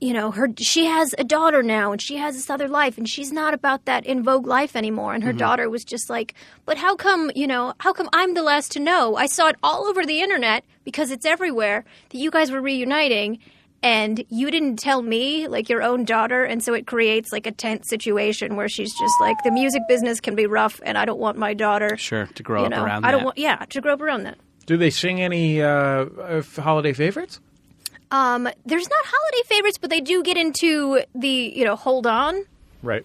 D: you know her she has a daughter now and she has this other life and she's not about that in vogue life anymore
C: Mm-hmm.
D: and her daughter was just like but how come you know how come i'm the last to know i saw it all over the internet because it's everywhere that you guys were reuniting and you didn't tell me like your own daughter and so it creates like a tense situation where she's just like the music business can be rough and i don't want my daughter
C: Sure, to grow
D: you
C: up
D: know,
C: around
D: I don't
C: that.
D: want yeah to grow up around that
B: Do they sing any uh, uh, f- holiday favorites?
D: Um, there's not holiday favorites, but they do get into the you know hold on.
B: Right.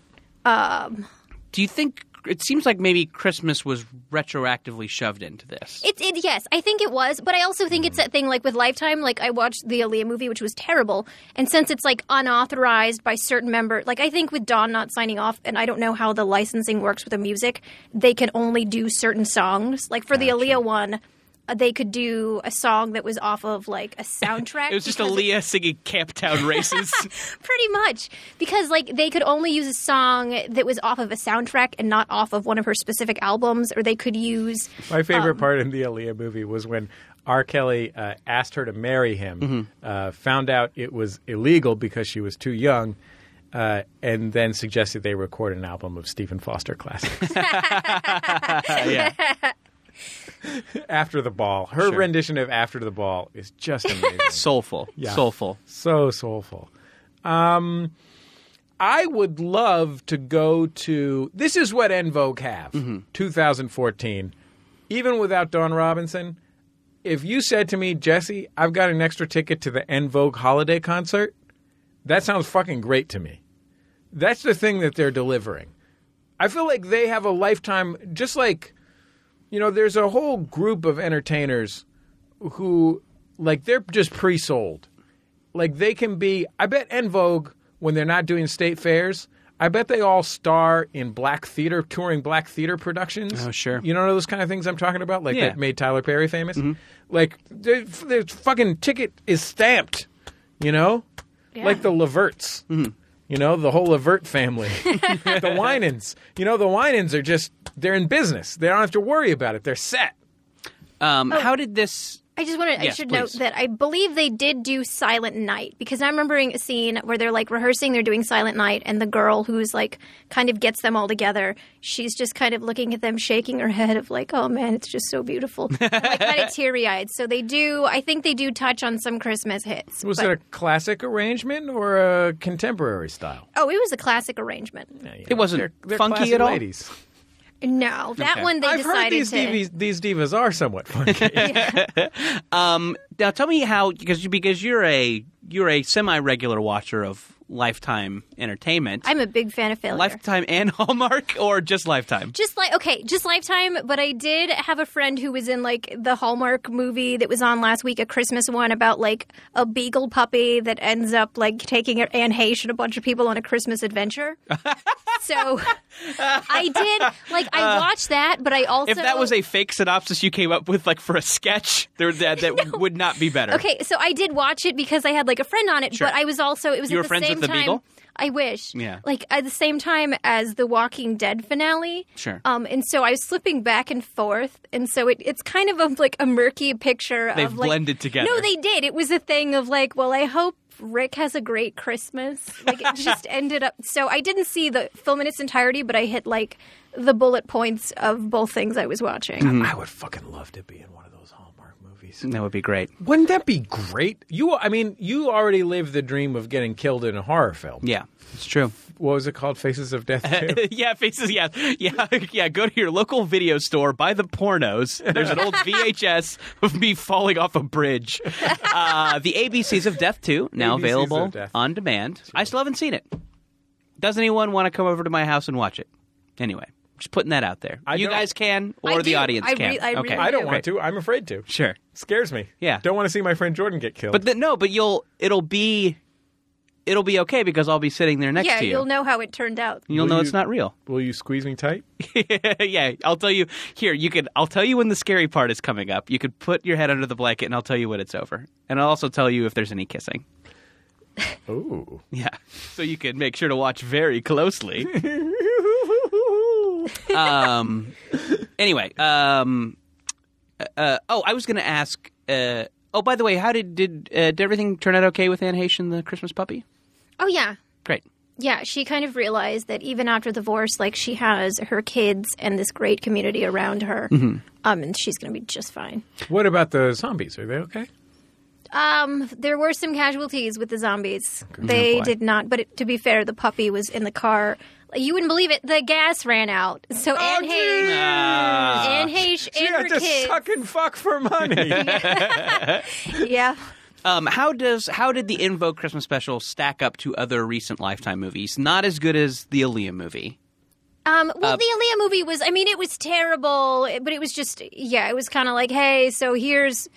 C: Do you think it seems like maybe Christmas was retroactively shoved into this?
D: It's it yes, I think it was, but I also think it's that thing like with Lifetime. Like I watched the Aaliyah movie, which was terrible, and since it's like unauthorized by certain member, like I think with Dawn not signing off, and I don't know how the licensing works with the music, they can only do certain songs. Like for the Aaliyah one. uh, They could do a song that was off of like a soundtrack.
C: It was just
D: because
C: Aaliyah singing Camp Town Races.
D: Pretty much. Because, like, they could only use a song that was off of a soundtrack and not off of one of her specific albums, or they could use.
B: My favorite part in the Aaliyah movie was when R. Kelly uh, asked her to marry him, uh, found out it was illegal because she was too young, uh, and then suggested they record an album of Stephen Foster classics. After the Ball. Her rendition of After the Ball is just amazing.
C: soulful,
B: Yeah.
C: soulful.
B: so soulful. Um, I would love to go to. This is what En Vogue have. 2014. Even without Don Robinson, if you said to me, Jesse, I've got an extra ticket to the En Vogue holiday concert, that sounds fucking great to me. That's the thing that they're delivering. I feel like they have a lifetime, just like, you know, there's a whole group of entertainers who, like, they're just pre sold like they can be i bet en vogue when they're not doing state fairs i bet they all star in black theater touring black theater productions
C: Oh, sure.
B: you know those kind of things i'm talking about like
C: Yeah.
B: that made tyler perry famous like their their fucking ticket is stamped you know like the leverts you know the whole levert family the winans you know the winans are just they're in business they don't have to worry about it they're set
C: Um,
D: Oh.
C: How did this?
D: I just wanted, I
C: Yes,
D: should note
C: please.
D: that I believe they did do Silent Night because I'm remembering a scene where they're like rehearsing, they're doing Silent Night, and the girl who's like kind of gets them all together, she's just kind of looking at them, shaking her head, of like, oh man, it's just so beautiful. I'm like kind of teary eyed. So they do, I think they do touch on some Christmas hits.
B: was
D: but-
B: it a classic arrangement or a contemporary style
D: oh, it was a classic arrangement.
C: Uh, It wasn't
B: They're- they're
C: funky
B: classy
C: at all.
B: ladies.
D: No, that
C: Okay.
D: one they
B: I've
D: decided
B: heard these
D: to.
B: divas, these divas are somewhat funky.
C: Now tell me how because you because you're a you're a semi regular watcher of Lifetime entertainment,
D: I'm a big fan of failure.
C: Lifetime and Hallmark, or just Lifetime.
D: just like okay, just Lifetime. But I did have a friend who was in like the Hallmark movie that was on last week, a Christmas one about like a beagle puppy that ends up like taking Anne Heche and a bunch of people on a Christmas adventure. so I did like I watched that, but I
C: Uh,
D: also
C: if that was a fake synopsis you came up with, like for a sketch, there that that would not be better.
D: Okay, so I did watch it because I had like a friend on it,
C: Sure.
D: but I was also it was
C: You
D: at
C: were
D: the
C: friends
D: same
C: with the
D: time.
C: Beagle?
D: I wish.
C: Yeah.
D: Like at the same time as the Walking Dead finale.
C: Sure.
D: Um, and so I was slipping back and forth, and so it, it's kind of a, like a murky picture.
C: They've
D: of, like,
C: blended together.
D: No, they did. It was a thing of like, well, I hope. Rick has a great Christmas. Like it just ended up. So I didn't see the film in its entirety, but I hit like the bullet points of both things I was watching.
C: Mm-hmm.
B: I would fucking love to be in one of those Hallmark movies. movies.
C: That would be great.
B: Wouldn't that be great? You, I mean, you already lived the dream of getting killed in a horror film.
C: Yeah, it's true.
B: What was it called? Faces of Death. Two?
C: yeah, faces. Yeah, yeah, yeah. Go to your local video store, buy the pornos. There's an old VHS of me falling off a bridge. Uh, the ABCs of Death Two now
B: ABCs
C: available
B: of Death.
C: on demand. I still haven't seen it. Does anyone want to come over to my house and watch it? Anyway, just putting that out there.
B: I
C: you
B: don't-
C: guys can, or
D: I
C: the
D: do.
C: audience
D: I
C: can.
D: re- I
C: okay,
D: really
B: I don't
D: do.
B: want to. I'm afraid to.
C: sure.
B: Scares me.
C: Yeah.
B: Don't want to see my friend Jordan get killed.
C: But then no, but you'll it'll be it'll be okay because I'll be sitting there next
D: yeah,
C: to you. Mm.
D: you'll know how it turned out.
C: You'll
B: Will
C: know
B: you-
C: it's not real.
B: Will you squeeze me tight?
C: yeah, I'll tell you. Here, you can. I'll tell you when the scary part is coming up. You could put your head under the blanket, and I'll tell you when it's over. And I'll also tell you if there's any kissing.
B: Ooh.
C: Yeah, so you can make sure to watch very closely. um. Anyway. Um. Uh. Oh, I was going to ask. Uh. Oh, by the way, how did did uh, did everything turn out okay with Anne Haitian, the Christmas puppy?
D: Oh yeah,
C: Great.
D: yeah. She kind of realized that even after divorce, like she has her kids and this great community around her, um, and she's going to be just fine.
B: What about the zombies? Are they okay?
D: Um, there were some casualties with the zombies. they
C: boy.
D: did not, but it, to be fair, the puppy was in the car. You wouldn't believe it. The gas ran out, so Anne Hayes, Anne Hayes, and her kids.
B: and fuck for money.
D: Yeah,
C: Um, how does how did the Invoke Christmas special stack up to other recent Lifetime movies? Not as good as the Aaliyah movie.
D: Um,
C: Uh,
D: well, the Aaliyah movie was, I mean, it was terrible, but it was just, yeah, it was kind of like, hey, so here's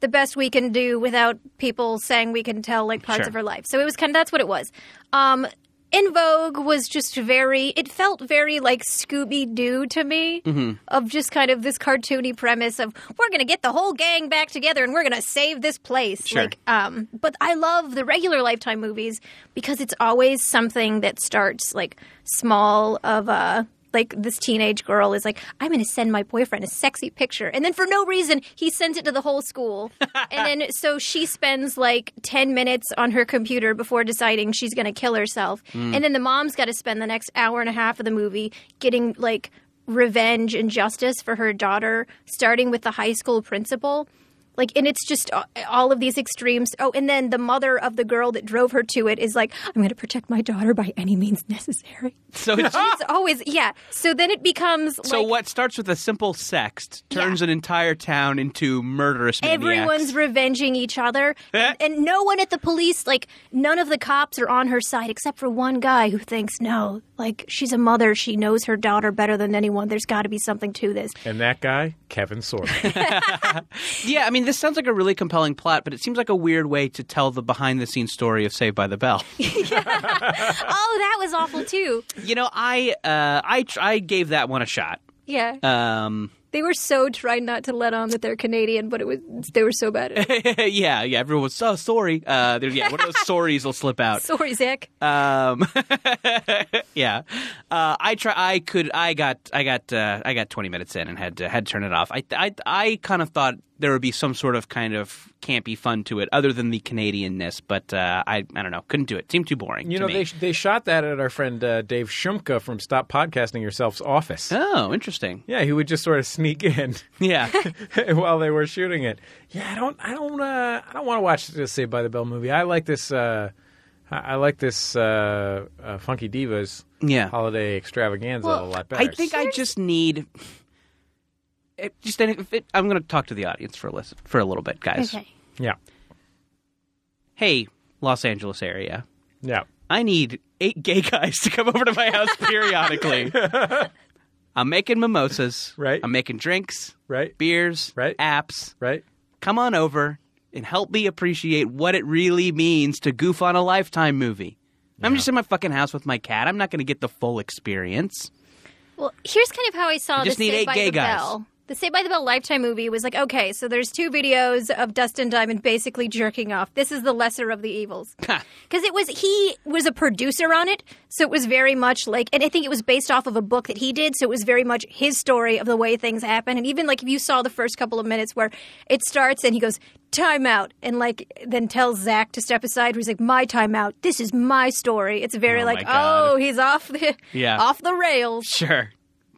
D: the best we can do without people saying we can tell like parts
C: Sure.
D: of her life. So it was kind of, that's what it was. Um, In Vogue was just very, it felt very like Scooby Doo to me,
C: Mm-hmm.
D: of just kind of this cartoony premise of we're going to get the whole gang back together and we're going to save this place.
C: Sure.
D: Like, um, but I love the regular Lifetime movies because it's always something that starts like small of a like this teenage girl is like I'm going to send my boyfriend a sexy picture and then for no reason he sends it to the whole school and then so she spends like 10 minutes on her computer before deciding she's going to kill herself and then the mom's got to spend the next hour and a half of the movie getting like revenge and justice for her daughter starting with the high school principal like and it's just a- all of these extremes oh and then the mother of the girl that drove her to it is like i'm going to protect my daughter by any means necessary
C: So it's-
D: it's always yeah so then it becomes
C: so
D: like
C: what starts with a simple sext turns
D: Yeah.
C: an entire town into murderous maniacs.
D: everyone's revenging each other and, and no one at the police like none of the cops are on her side except for one guy who thinks no like she's a mother she knows her daughter better than anyone there's got to be something to this
B: and that guy, Kevin Sorbo.
C: yeah, I mean, this sounds like a really compelling plot, but it seems like a weird way to tell the behind-the-scenes story of Saved by the Bell.
D: oh that was awful too
C: you know, I uh, I tr- I gave that one a shot.
D: yeah
C: Um,
D: they were so trying not to let on that they're canadian but it was they were so bad at it
C: yeah, yeah, everyone was so sorry. Uh, there, yeah, one of those sorries will slip out.
D: sorry zach
C: Um, yeah, uh, I try. I could. I got. I got. Uh, I got twenty minutes in and had to, had to turn it off. I, I. I kind of thought there would be some sort of kind of campy fun to it, other than the Canadianness. But uh, I. I don't know. Couldn't do it. Seemed too boring.
B: you
C: to
B: know,
C: me.
B: they, they shot that at our friend uh, Dave Shumka from Stop Podcasting Yourself's office.
C: oh, interesting.
B: Yeah, he would just sort of sneak in
C: Yeah.
B: while they were shooting it. Yeah, I don't, I don't, uh, I don't want to watch this Saved by the Bell movie. I like this, uh, I I like this uh, uh, Funky Divas
C: Yeah.
B: holiday extravaganza a lot better.
C: I think I just need. It just any- if it, I'm going to talk to the audience for a listen, for a little bit, guys.
D: okay
B: yeah,
C: Hey, Los Angeles area.
B: yeah.
C: I need eight gay guys to come over to my house periodically. I'm making mimosas.
B: Right.
C: I'm making drinks,
B: Right.
C: beers,
B: Right.
C: apps.
B: Right.
C: Come on over and help me appreciate what it really means to goof on a lifetime movie. I'm just in my fucking house with my cat. I'm not going to get the full experience.
D: Well, here's kind of how I saw
C: I just
D: the
C: need
D: Saved
C: eight
D: by
C: gay
D: the
C: guys.
D: Bell. The Saved by the Bell Lifetime movie was like, okay, so there's two videos of Dustin Diamond basically jerking off. This is the lesser of the evils. Because it was, he was a producer on it, so it was very much like, and I think it was based off of a book that he did, so it was very much his story of the way things happen. And even like if you saw the first couple of minutes where it starts and he goes, time out, and like then tells Zach to step aside, where he's like, my time out, this is my story. It's very
C: Oh,
D: like,
C: my God.
D: oh, he's off the,
C: Yeah.
D: off the rails.
C: Sure.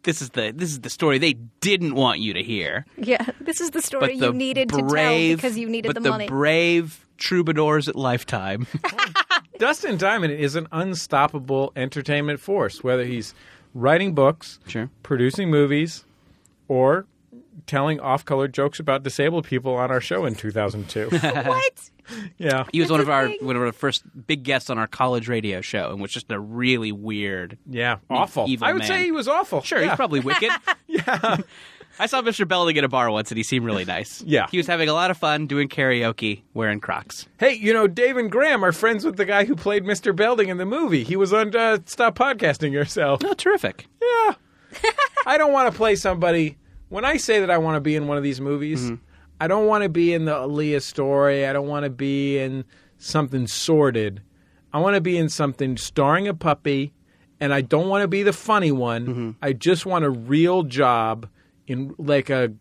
C: this is the this is the story they didn't want you to hear.
D: Yeah, this is the
C: But
D: story
C: the
D: you needed to tell
C: brave-
D: because you needed
C: but
D: the,
C: the
D: money.
C: brave troubadours at Lifetime.
B: Dustin Diamond is an unstoppable entertainment force, whether he's writing books,
C: Sure.
B: producing movies, or telling off-color jokes about disabled people on our show in 2002.
D: what?
B: yeah.
C: He was one of our
D: thing.
C: one of our first big guests on our college radio show, and was just a really weird.
B: Yeah. Awful.
C: E- evil
B: I would
C: man.
B: say he was awful.
C: Sure,
B: Yeah.
C: he's probably wicked. yeah, I saw Mr. Belding at a bar once, and he seemed really nice.
B: Yeah.
C: he was having a lot of fun doing karaoke, wearing Crocs.
B: Hey, you know, Dave and Graham are friends with the guy who played Mr. Belding in the movie. He was on uh, Stop Podcasting Yourself.
C: Oh, terrific!
B: Yeah. I don't want to play somebody. When I say that I want to be in one of these movies,
C: Mm-hmm.
B: I don't want to be in the Aaliyah story. I don't want to be in something sordid. I want to be in something starring a puppy, and I don't want to be the funny one.
C: Mm-hmm.
B: I just want a real job in like a.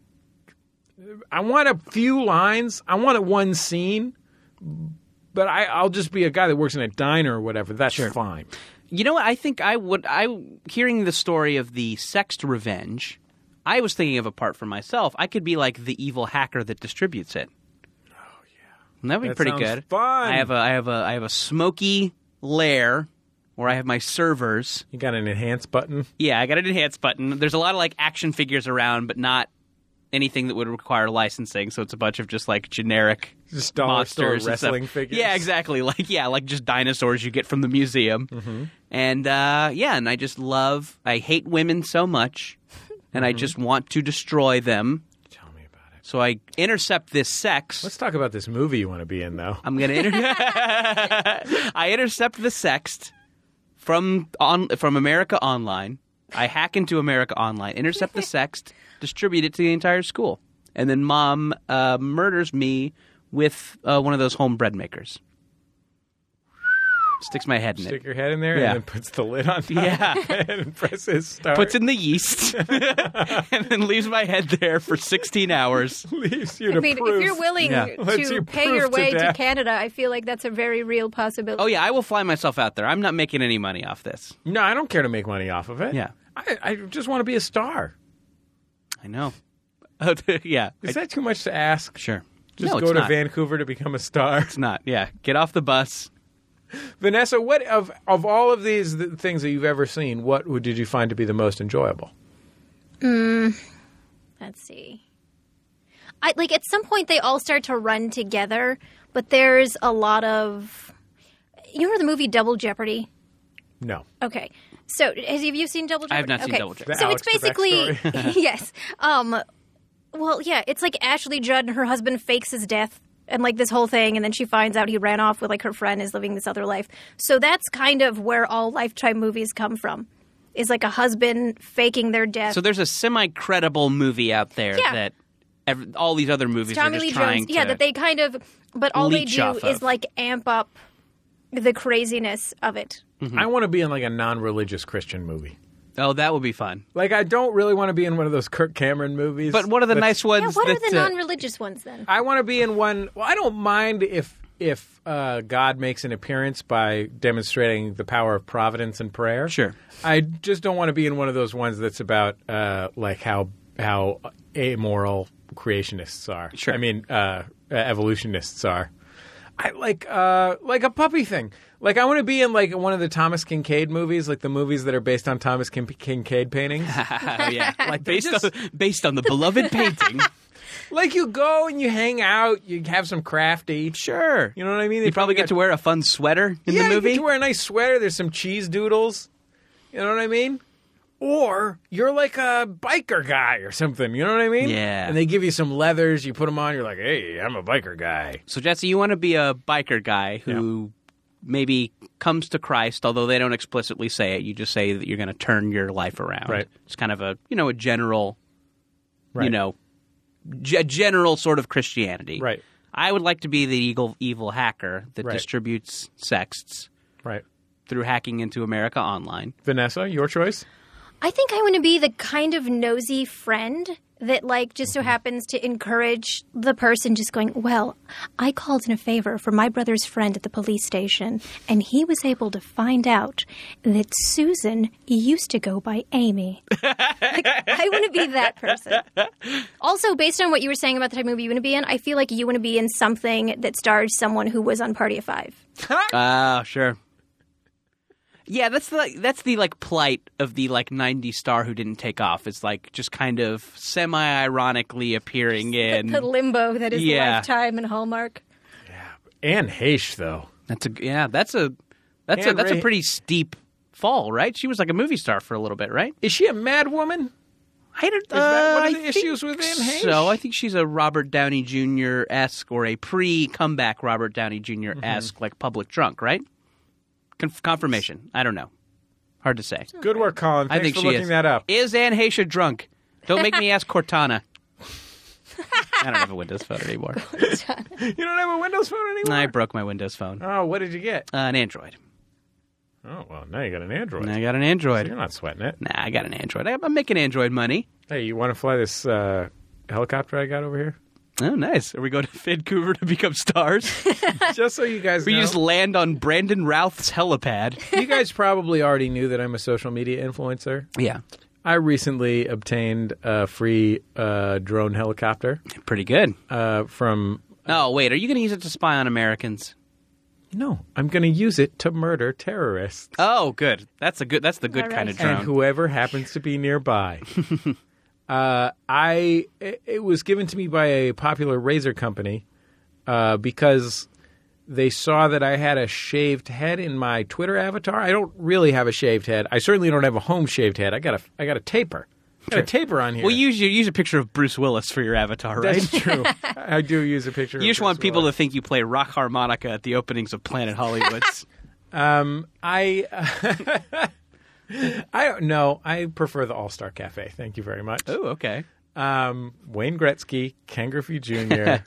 B: I want a few lines. I want a one scene, but I, I'll just be a guy that works in a diner or whatever. That's fine.
C: You know what? I think I would. I hearing the story of the sexed revenge. I was thinking of a part for myself. I could be like the evil hacker that distributes it. Oh yeah, that'd be
B: That
C: pretty
B: sounds
C: good.
B: fun.
C: I have a I have a I have a smoky lair where I have my servers.
B: You got an enhance button.
C: Yeah, I got an enhance button. There's a lot of like action figures around, but not anything that would require licensing. So it's a bunch of just like generic
B: Just dollar
C: monsters
B: store
C: and stuff.
B: wrestling figures.
C: Yeah, exactly. Like yeah, like just dinosaurs you get from the museum.
B: Mm-hmm.
C: And uh, yeah, and I just love. I hate women so much, and I just want to destroy them.
B: Mm-hmm. Tell me about it.
C: So I intercept this sex.
B: Let's talk about this movie you want to be in, though.
C: I'm gonna. Inter- I intercept the sext from on from America Online. I hack into America Online, intercept the sext, distribute it to the entire school, and then mom uh, murders me with uh, one of those home bread makers. Sticks my head in
B: Stick
C: it.
B: your head in there
C: Yeah.
B: and then puts the lid on top
C: Yeah.
B: and presses start.
C: Puts in the yeast and then leaves my head there for 16 hours.
B: leaves you to
D: I mean,
B: proof.
D: if you're willing
C: Yeah.
B: Lets
D: to
B: you
D: pay
B: proof to
D: your way to,
B: death.
D: Canada, I feel like that's a very real possibility.
C: Oh, yeah, I will fly myself out there. I'm not making any money off this.
B: No, I don't care to make money off of it.
C: Yeah.
B: I, I just want to be a star.
C: I know. yeah.
B: Is
C: I-
B: that too much to ask?
C: sure.
B: Just
C: no,
B: go
C: it's
B: to
C: not.
B: Vancouver to become a star.
C: It's not. Yeah, get off the bus.
B: Vanessa, what of of all of these th- things that you've ever seen, what would- did you find to be the most enjoyable?
D: Let's see. I like at some point they all start to run together, but there's a lot of you remember the movie Double Jeopardy?
B: No.
D: Okay. So, has have you seen Double Jeopardy?
C: I have not seen
D: Okay.
C: Double Jeopardy.
B: The
D: So
B: Alex,
D: it's
B: the
D: basically yes. Um, well, yeah, it's like Ashley Judd and her husband fakes his death and like this whole thing, and then she finds out he ran off with like her friend is living this other life. So that's kind of where all Lifetime movies come from. Is like a husband faking their death.
C: So there's a semi credible movie out there
D: Yeah.
C: that ev all these other movies are
D: Tommy
C: just
D: Lee
C: trying
D: Jones.
C: to.
D: Yeah, that they kind of, but all they
C: leech
D: do
C: off
D: is
C: of.
D: like amp up the craziness of it.
B: I want to be in like a non-religious Christian movie.
C: Oh, that would be fun.
B: Like I don't really want to be in one of those Kirk Cameron movies.
C: But what are the
B: that's-
C: nice ones?
D: Yeah, what are
C: that,
D: the
C: uh,
D: non-religious ones then?
B: I want to be in one. Well, I don't mind if if uh, God makes an appearance by demonstrating the power of providence and prayer.
C: Sure.
B: I just don't want to be in one of those ones that's about uh, like how how amoral creationists are.
C: Sure.
B: I mean, uh, evolutionists are. I like uh, like a puppy thing. Like I want to be in like one of the Thomas Kincaid movies, like the movies that are based on Thomas Kin- Kincaid paintings.
C: Oh, yeah, like based
B: just-
C: on based on the beloved painting.
B: like you go and you hang out, you have some crafty.
C: Sure,
B: You know what I mean? They
C: You probably get
B: got-
C: to wear a fun sweater in
B: yeah,
C: the movie.
B: you get to wear a nice sweater. There's some cheese doodles. You know what I mean? Or you're like a biker guy or something. You know what I mean?
C: Yeah.
B: And they give you some leathers. You put them on. You're like, hey, I'm a biker guy.
C: so Jesse, you want to be a biker guy who maybe comes to Christ, although they don't explicitly say it. You just say that you're going to turn your life around.
B: Right.
C: It's kind of a you know a general
B: Right.
C: you know, g- general sort of Christianity.
B: Right.
C: I would like to be the evil, evil hacker that
B: Right.
C: distributes sexts
B: Right.
C: through hacking into America Online.
B: Vanessa, your choice.
D: I think I want to be the kind of nosy friend that like just so happens to encourage the person just going, "Well, I called in a favor for my brother's friend at the police station, and he was able to find out that Susan used to go by Amy." Like, I want to be that person. Also, based on what you were saying about the type of movie you want to be in, I feel like you want to be in something that stars someone who was on Party of 5.
C: Ah, sure. Yeah, that's the that's the like plight of the like '90s star who didn't take off. It's like just kind of semi-ironically appearing in.
D: the limbo that is
C: Yeah.
D: Lifetime and Hallmark.
B: Anne Heche, though.
C: That's a yeah. That's a that's a
B: Anne
C: that's a
B: Ray-
C: pretty steep fall, right? She was like a movie star for a little bit, right?
B: Is she a mad woman?
C: I don't. Is
B: that one of
C: I
B: the issues
C: think
B: with Anne Heche?
C: So I think she's a Robert Downey Jr. esque or a pre comeback Robert Downey Jr. esque like public drunk, right? Conf- confirmation. I don't know. Hard to say.
B: Good work, Colin. Thanks
C: I think
B: for
C: she
B: looking
C: is.
B: that up.
C: Is Anne Heche drunk? Don't make me ask Cortana. I don't have a Windows phone anymore.
B: You don't have a Windows phone anymore?
C: I broke my Windows phone. Uh,
B: Oh, what did you get?
C: an Android.
B: Oh, well, now you got an Android.
C: And I got an
B: You're
C: Android.
B: not sweating it.
C: Nah, I got an Android. I- I'm making Android money.
B: Hey, you want to fly this uh, helicopter I got over here?
C: Oh, nice. Are we going to Vancouver to become stars?
B: Just so you guys
C: we
B: know,
C: just land on Brandon Routh's helipad.
B: you guys probably already knew that I'm a social media influencer.
C: yeah.
B: I recently obtained a free uh, drone helicopter
C: Pretty good.
B: uh, from.
C: Oh, wait. Are you going to use it to spy on Americans?
B: No, I'm going to use it to murder terrorists
C: Oh, good. That's a good. That's the good
D: All
C: kind of
D: right.
C: drone.
B: and whoever happens to be nearby. uh, I it it was given to me by a popular razor company uh, because they saw that I had a shaved head in my Twitter avatar. I don't really have a shaved head. I certainly don't have a home shaved head. I got a I got a taper. I got a taper on here.
C: well, use your, use a picture of Bruce Willis for your avatar, right?
B: That's true. I do use a picture.
C: You just want people to think you play rock harmonica at the openings of Planet Hollywoods.
B: Um, I. uh, I don't know. I prefer the All Star Cafe. Thank you very much.
C: oh, okay.
B: Um, Wayne Gretzky, Ken Griffey Jr. I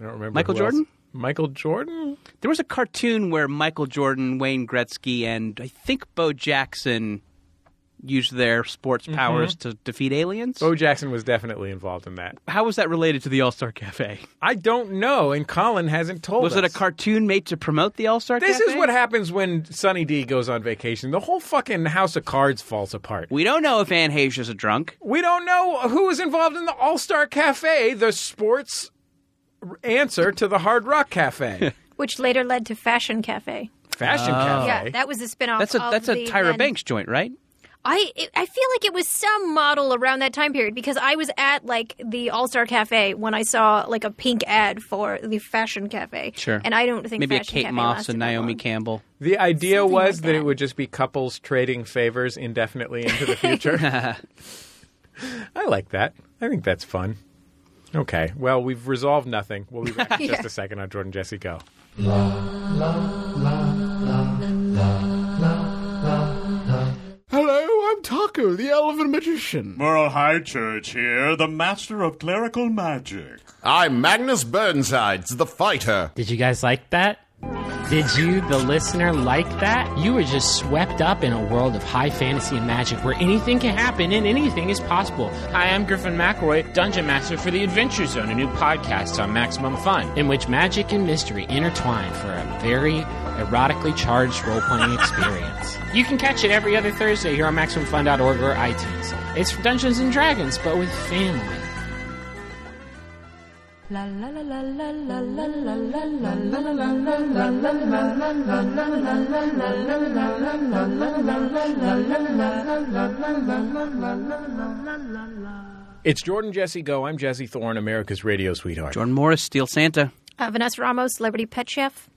B: don't remember.
C: Michael
B: who else.
C: Jordan?
B: Michael Jordan.
C: There was a cartoon where Michael Jordan, Wayne Gretzky, and I think Bo Jackson used their sports
B: Mm-hmm.
C: powers to defeat aliens.
B: Bo Jackson was definitely involved in that.
C: How was that related to the All Star Cafe?
B: I don't know, and Colin hasn't told
C: Was it a
B: us.
C: cartoon made to promote the All Star Cafe?
B: This is what happens when Sonny D goes on vacation. The whole fucking house of cards falls apart.
C: We don't know if Anne Heche is a drunk.
B: We don't know who was involved in the All Star Cafe, the sports r- answer to the Hard Rock Cafe,
D: Which later led to Fashion Cafe.
B: Fashion
D: Oh. Yeah,
B: Cafe.
D: that was a spinoff.
C: That's a
D: of
C: that's a
D: the
C: Tyra
D: then-
C: Banks joint, right?
D: I it- I feel like it was some model around that time period because I was at like the All Star Cafe when I saw like a pink ad for the Fashion Cafe.
C: Sure.
D: And I don't think
C: Maybe a
D: Fashion
C: Kate
D: Cafe
C: Moss
D: lasted
C: and
D: that
C: Naomi
D: long.
C: Campbell.
B: the idea
D: Something
B: was
D: like
B: that it
D: that.
B: would just be couples trading favors indefinitely into the future. I like that. I think that's fun. Okay. Well, we've resolved nothing. We'll be back in just a second on Jordan Jesse Go.
G: Hello, I'm Taco, the Elven Magician.
H: Merle Highchurch here, the master of clerical magic.
I: I'm Magnus Burnsides, the fighter.
J: Did you guys like that? Did you, the listener, like that? You were just swept up in a world of high fantasy and magic where anything can happen and anything is possible. Hi, I'm Griffin McElroy, Dungeon Master for the Adventure Zone, a new podcast on Maximum Fun, in which magic and mystery intertwine for a very erotically charged role playing experience. You can catch it every other Thursday here on MaximumFun.org or iTunes. It's for Dungeons and Dragons, but with family.
A: La la la la la la la la la la la la la la la la.
B: It's Jordan Jesse Go. I'm Jesse Thorne, America's radio sweetheart.
C: Jordan Morris, Steel Santa.
D: Uh, Vanessa Ramos, Celebrity Pet Chef.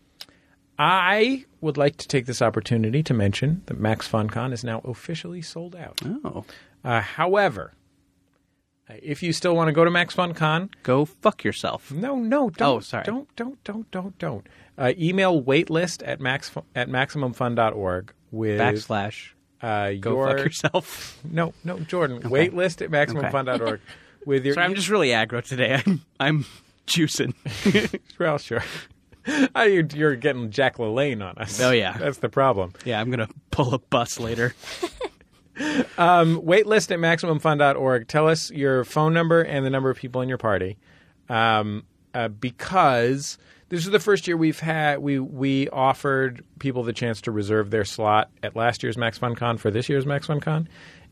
B: I would like to take this opportunity to mention that Max FunCon is now officially sold out.
C: Oh,
B: Uh, however, uh, if you still want to go to Max FunCon,
C: go fuck yourself.
B: No, no, don't.
C: Oh, sorry.
B: Don't, don't, don't, don't, don't. Uh, email waitlist at max at maximumfun.org with
C: Backslash.
B: uh,
C: Go
B: your
C: fuck yourself.
B: no, no, Jordan. Waitlist at maximumfun.org with your
C: Sorry, I'm just really aggro today. I'm I'm juicing.
B: well, sure. Uh, you're, you're getting Jack LaLanne on us.
C: Oh, yeah.
B: that's the problem.
C: yeah, I'm gonna pull a bus later.
E: waitlist at MaximumFun.org. Tell us your phone number and the number of people in your party, um, uh, because this is the first year we've had we we offered people the chance to reserve their slot at last year's Max Fun Con for this year's Max Fun Con,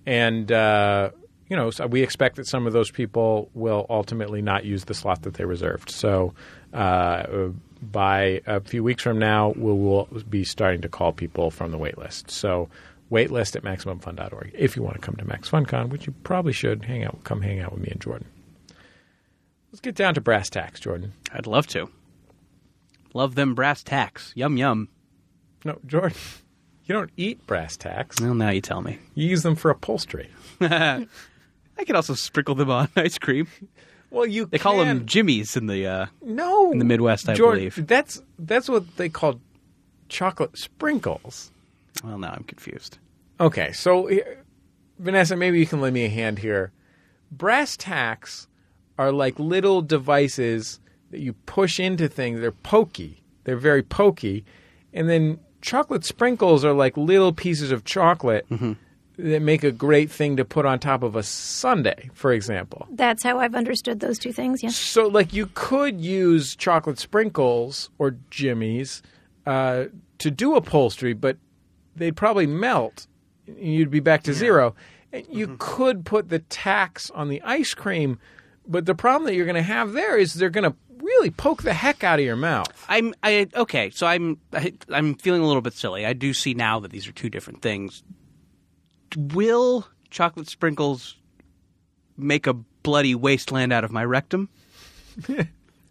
E: and uh, you know so we expect that some of those people will ultimately not use the slot that they reserved. So. Uh, by a few weeks from now, we will be starting to call people from the wait list. So waitlist at maximumfun.org if you want to come to Max FunCon, which you probably should. Hang out, come hang out with me and Jordan. Let's get down to brass tacks, Jordan.
C: I'd love to. Love them brass tacks. Yum yum.
E: No, Jordan, you don't eat brass tacks.
C: Well, now you tell me.
E: You use them for upholstery.
C: I could also sprinkle them on ice cream.
E: Well, you
C: They call them jimmies in the. Uh,
E: no
C: in the Midwest, I
E: Jordan,
C: believe.
E: That's that's what they call chocolate sprinkles.
C: well, now I'm confused.
E: Okay, so here- Vanessa, maybe you can lend me a hand here. Brass tacks are like little devices that you push into things. They're pokey. They're very pokey. And then chocolate sprinkles are like little pieces of chocolate
C: Mm-hmm.
E: that make a great thing to put on top of a sundae, for example.
D: That's how I've understood those two things. Yeah.
E: So, like, you could use chocolate sprinkles or jimmies uh, to do upholstery, but they'd probably melt. and You'd be back to zero. And you could put the tax on the ice cream, but the problem that you're going to have there is they're going to really poke the heck out of your mouth.
C: I'm I okay, so I'm I, I'm feeling a little bit silly. I do see now that these are two different things. Will chocolate sprinkles make a bloody wasteland out of my rectum?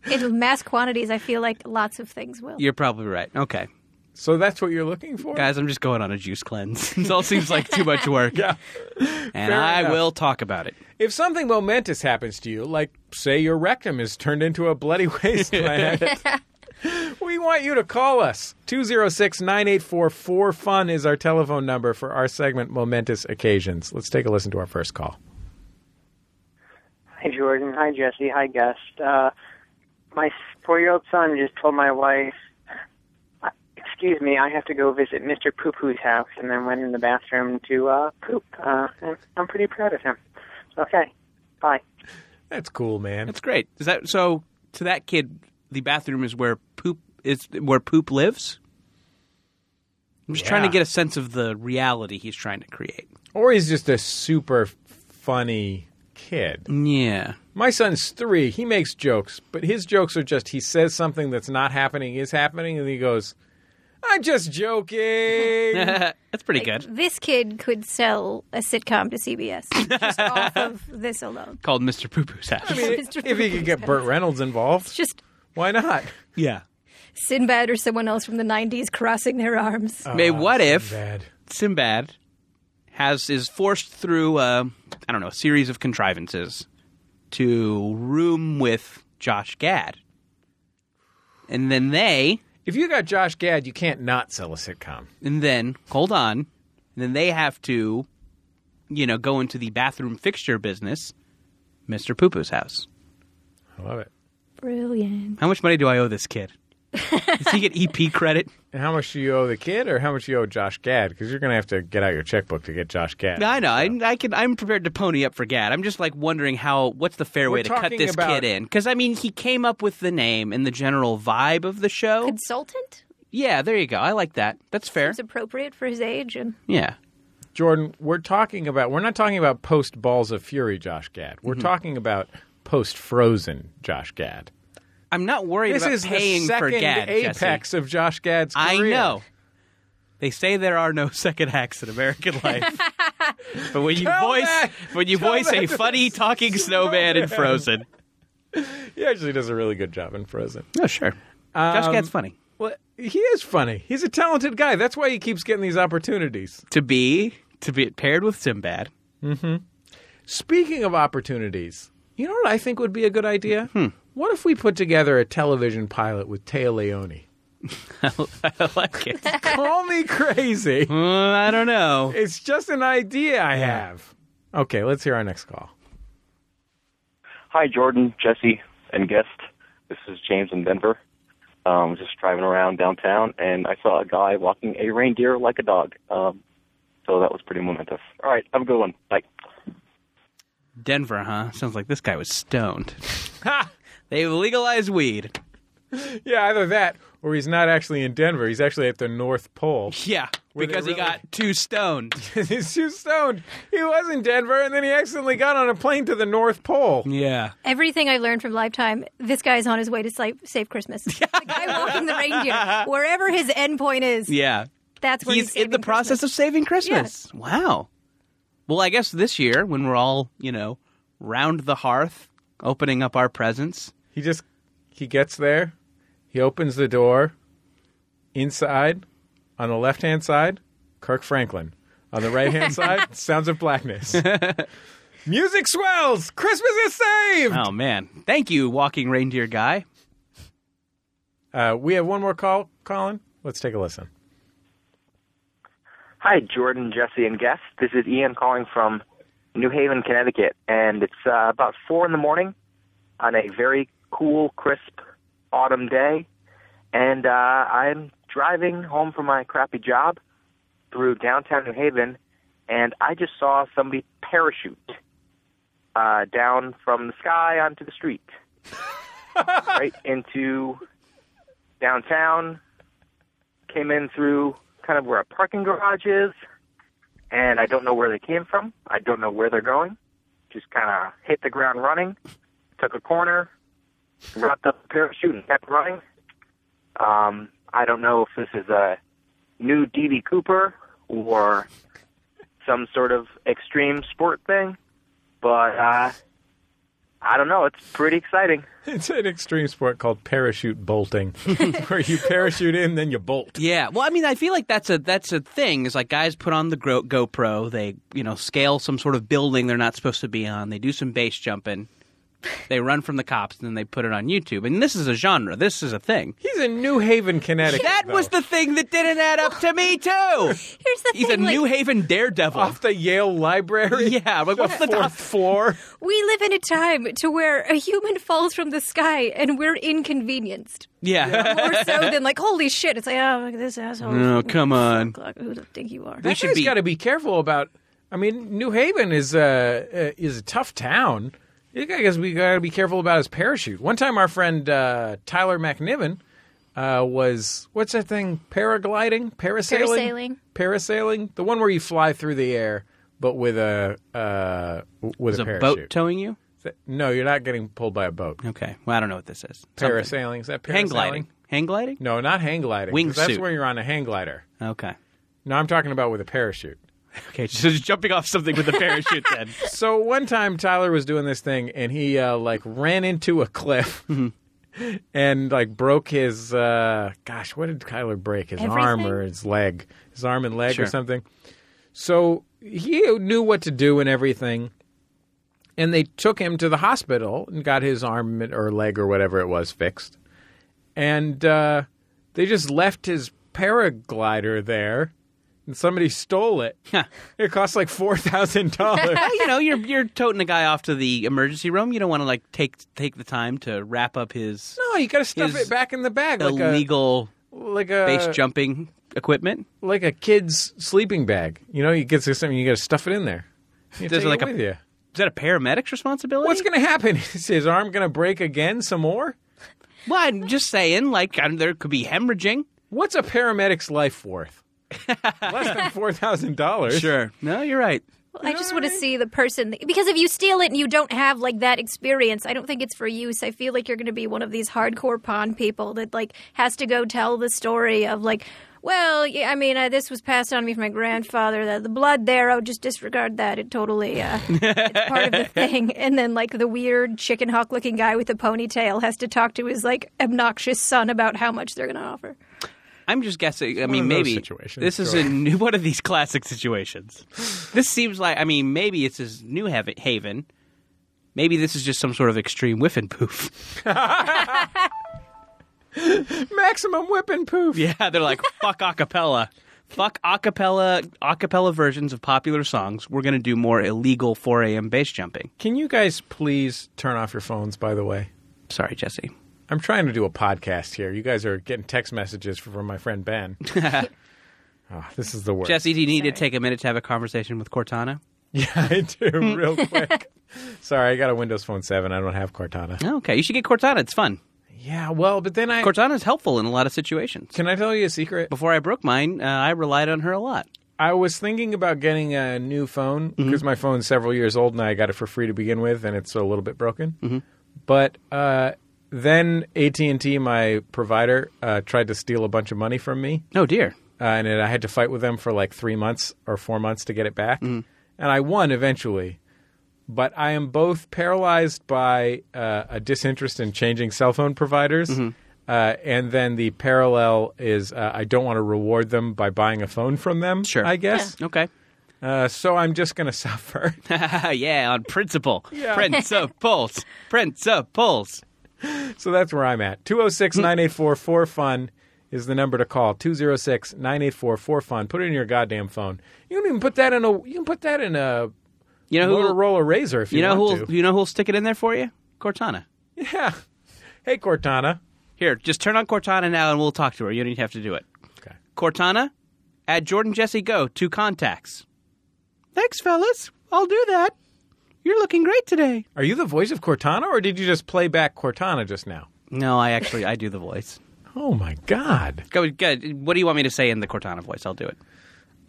D: In mass quantities, I feel like lots of things will.
C: You're probably right. Okay.
E: So that's what you're looking for.
C: Guys, I'm just going on a juice cleanse. this all seems like too much work.
E: Yeah.
C: And
E: Fair
C: I
E: enough.
C: will talk about it.
E: If something momentous happens to you, like say your rectum is turned into a bloody wasteland, we want you to call us. 206 984 4FUN is our telephone number for our segment Momentous Occasions. Let's take a listen to our first call.
K: Hi, Jordan. Hi, Jesse. Hi, guest. Uh, my four year old son just told my wife, "Uh, Excuse me, I have to go visit Mr. Poo Poo's house, and then went in the bathroom to uh, poop. Uh, and I'm pretty proud of him. Okay, bye.
E: That's cool, man.
C: That's great. Is that so to that kid the bathroom is where poop is where poop lives? I'm just trying to
E: Yeah.
C: get a sense of the reality he's trying to create.
E: Or he's just a super funny kid.
C: Yeah.
E: My son's three. He makes jokes, but his jokes are just he says something that's not happening is happening, and he goes, I'm just joking.
C: That's pretty good.
D: This kid could sell a sitcom to CBS just off of this alone.
C: Called Mr. Poo Poo's house.
E: I mean,
D: Mr.
E: if he could get Burt Reynolds involved,
D: Just
E: why not?
C: yeah.
D: Sinbad or someone else from the 90s crossing their arms.
E: uh,
C: May what if
E: Bad.
C: Sinbad has is forced through uh, I don't know a series of contrivances to room with Josh Gad, and then they
E: If you got Josh Gad, you can't not sell a sitcom.
C: and then hold on, and then they have to, you know, go into the bathroom fixture business, Mister Poo Poo's house.
E: I love it.
D: Brilliant.
C: How much money do I owe this kid? Does he get EP credit?
E: And how much do you owe the kid, or how much do you owe Josh Gad? Because you're going to have to get out your checkbook to get Josh Gad.
C: No, I know. I, I can. I'm prepared to pony up for Gad. I'm just like wondering how. What's the fair way
E: We're
C: to cut
E: talking
C: this
E: about-
C: kid in? Because I mean, he came up with the name and the general vibe of the show.
D: Consultant?
C: Yeah, there you go. I like that. That's fair.
D: It's appropriate for his age and
C: Yeah.
E: Jordan, we're talking about we're not talking about post Balls of Fury Josh Gad.
C: Mm-hmm.
E: We're talking about post Frozen Josh Gad.
C: I'm not worried
E: This
C: about
E: is
C: paying
E: the second
C: for Gad.
E: apex
C: Jesse.
E: of Josh Gad's
C: I
E: career.
C: know. They say there are no second acts in American life, but when you
E: Tell
C: voice
E: that-
C: when you
E: tell
C: voice
E: that
C: a
E: to
C: funny talking snowman in Frozen.
E: He actually does a really good job in Frozen.
C: Oh sure, Josh
E: Um,
C: Gad's funny
E: Well, he is funny. He's a talented guy. That's why he keeps getting these opportunities.
C: to be to be paired with Sinbad.
E: Speaking of opportunities, you know what I think would be a good idea? What if we put together a television pilot with Taya Leone?
C: I like it.
E: Call me crazy.
C: Uh, I don't know.
E: It's just an idea I have. Okay, let's hear our next call.
L: Hi, Jordan, Jesse, and guest. This is James in Denver. Um, just driving around downtown, and I saw a guy walking a reindeer like a dog. Um,
M: So that was pretty momentous. All right, have a good one. Bye.
C: Denver, huh? Sounds like this guy was stoned. ha! They legalized weed.
E: Yeah, either that or he's not actually in Denver. He's actually at the North Pole.
C: Yeah, because he got too stoned.
E: he's too stoned. He was in Denver and then he accidentally got on a plane to the North Pole.
C: Yeah.
D: Everything I learned from Lifetime, this guy's on his way to save, save Christmas. the guy walking the reindeer, wherever his end point is,
C: Yeah.
D: that's where he's,
C: He's in the
D: saving
C: process of saving Christmas. Wow. Well, I guess this year, when we're all, you know, round the hearth, opening up our presents,
E: He just he gets there, he opens the door. Inside, on the left hand side, Kirk Franklin. On the right hand side, Sounds of Blackness. Music swells. Christmas is saved.
C: Oh man, thank you, walking reindeer guy.
E: Uh, we have one more call, Colin. Let's take a listen.
K: Hi, Jordan, Jesse, and guests. This is Ian calling from New Haven, Connecticut, and it's uh, about four in the morning on a very cool, crisp autumn day, and uh, I'm driving home from my crappy job through downtown New Haven, and I just saw somebody parachute uh, down from the sky onto the street, right into downtown. Came in through kind of where a parking garage is, and I don't know where they came from. I don't know where they're going. Just kind of hit the ground running, took a corner, wrapped up the parachute, and kept running. Um, I don't know if this is a new DD Cooper or some sort of extreme sport thing, but uh, I don't know. It's pretty exciting.
E: It's an extreme sport called parachute bolting, where you parachute in, then you bolt.
C: Yeah, well, I mean, I feel like that's a that's a thing. Is like guys put on the Gro- GoPro, they you know scale some sort of building they're not supposed to be on, they do some base jumping, they run from the cops, and then they put it on YouTube. And this is a genre. This is a thing.
E: He's in New Haven, Connecticut.
C: That was the thing that didn't add up to me too.
D: Here's the
C: He's
D: thing,
C: a
D: like-
C: New Haven daredevil off
E: the Yale Library.
C: Yeah, like what's the top
E: floor?
D: We live in a time to where a human falls from the sky and we're inconvenienced.
C: Yeah.
D: More so than like, holy shit. It's like, oh, look at this asshole.
C: No, come on.
D: Fuck, Who do you think you are?
E: That guy's got to be careful about. I mean, New Haven is a uh, is a tough town. You guys, we got to be careful about his parachute. One time, our friend uh, Tyler McNiven uh, was what's that thing? Paragliding, parasailing,
D: Parasailing.
E: parasailing. The one where you fly through the air, but with a uh, w- with
C: Is
E: a
C: a boat
E: parachute.
C: towing you?
E: No, you're not getting pulled by a boat.
C: Okay. Well, I don't know what this is. Something.
E: Parasailing is that parasailing?
C: Hang gliding. Hang gliding?
E: No, not hang gliding. 'cause That's
C: Wingsuit.
E: where you're on a hang glider.
C: Okay.
E: No, I'm talking about with a parachute.
C: Okay, so just jumping off something with a parachute then.
E: So one time Tyler was doing this thing and he uh, like ran into a cliff and like broke his uh, gosh, what did Tyler break? His arm
B: Everything?
E: or his leg, his arm and leg
B: Sure.
E: or something. So he knew what to do and everything. And they took him to the hospital and got his arm or leg or whatever it was fixed. And uh, they just left his paraglider there. And somebody stole it. It cost like four thousand dollars.
C: Well, you know, you're you're toting a guy off to the emergency room. You don't want to like take take the time to wrap up his
E: No, you got to stuff
C: His
E: it back in the bag like
C: illegal
E: a uh, like a
C: base jumping equipment.
E: like a kid's sleeping bag. You know, you get this something, you got to stuff it in there. You
C: There's
E: take
C: like
E: it
C: a-
E: with you.
C: Is that a paramedic's responsibility?
E: What's going to happen? Is his arm going to break again some more?
C: Well, I'm just saying, like I- there could be hemorrhaging.
E: What's a paramedic's life worth? Less than four thousand dollars.
C: Sure. No, you're right.
D: Well, I just want to see the person because if you steal it and you don't have like that experience, I don't think it's for use. I feel like you're going to be one of these hardcore pond people that like has to go tell the story of like, well, yeah, I mean, uh, this was passed on to me from my grandfather. The, the blood there, oh, just disregard that. It totally uh, it's part of the thing. And then like the weird chicken hawk looking guy with the ponytail has to talk to his like obnoxious son about how much they're going to offer.
C: I'm just guessing. I
E: one
C: mean,
E: of those
C: maybe
E: situations,
C: this is
E: sure.
C: a new, one of these classic situations. this seems like. I mean, maybe it's his new hav- haven. Maybe this is just some sort of extreme whiff and poof.
E: Maximum whip and poof.
C: Yeah, they're like fuck acapella, fuck acapella, acapella versions of popular songs. We're gonna do more illegal 4 a.m. bass jumping.
E: Can you guys please turn off your phones? By the way,
C: sorry, Jesse.
E: I'm trying to do a podcast here. You guys are getting text messages from my friend Ben. Ah, this is the worst.
C: Jesse, do you need to take a minute to have a conversation with Cortana?
E: Yeah, I do, real quick. Sorry, I got a Windows Phone 7. I don't have Cortana.
C: Okay, you should get Cortana. It's fun.
E: Yeah, well, but then I.
C: Cortana's helpful in a lot of situations.
E: Can I tell you a secret?
C: Before I broke mine, uh, I relied on her a lot.
E: I was thinking about getting a new phone because my phone's several years old and I got it for free to begin with, and it's a little bit broken. But uh, then AT and T, my provider, uh, tried to steal a bunch of money from me.
C: Oh dear!
E: Uh, and it, I had to fight with them for like three months or four months to get it back, and I won eventually. But I am both paralyzed by uh, a disinterest in changing cell phone providers. Uh, and then the parallel is uh, I don't want to reward them by buying a phone from them. Sure, I guess.
C: Okay.
E: Uh, so I'm just going to suffer.
C: yeah, on principle.
E: Yeah.
C: Principles. Principles.
E: So that's where I'm at. 206 984 4FUN is the number to call. 206 984 4FUN. Put it in your goddamn phone. You can even put that in a you can put that in a
C: You know who
E: Motorola Razor if you,
C: you know
E: want
C: who'll
E: to.
C: you know who'll stick it in there for you? Cortana.
E: Yeah. Hey Cortana.
C: Here, just turn on Cortana now and we'll talk to her. You don't even have to do it.
E: Okay.
C: Cortana, add Jordan Jesse Go to contacts. Thanks, fellas. I'll do that. You're looking great today.
E: Are you the voice of Cortana or did you just play back Cortana just now?
C: No, I actually I do the voice.
E: Oh my god.
C: Go, go. What do you want me to say in the Cortana voice? I'll do it.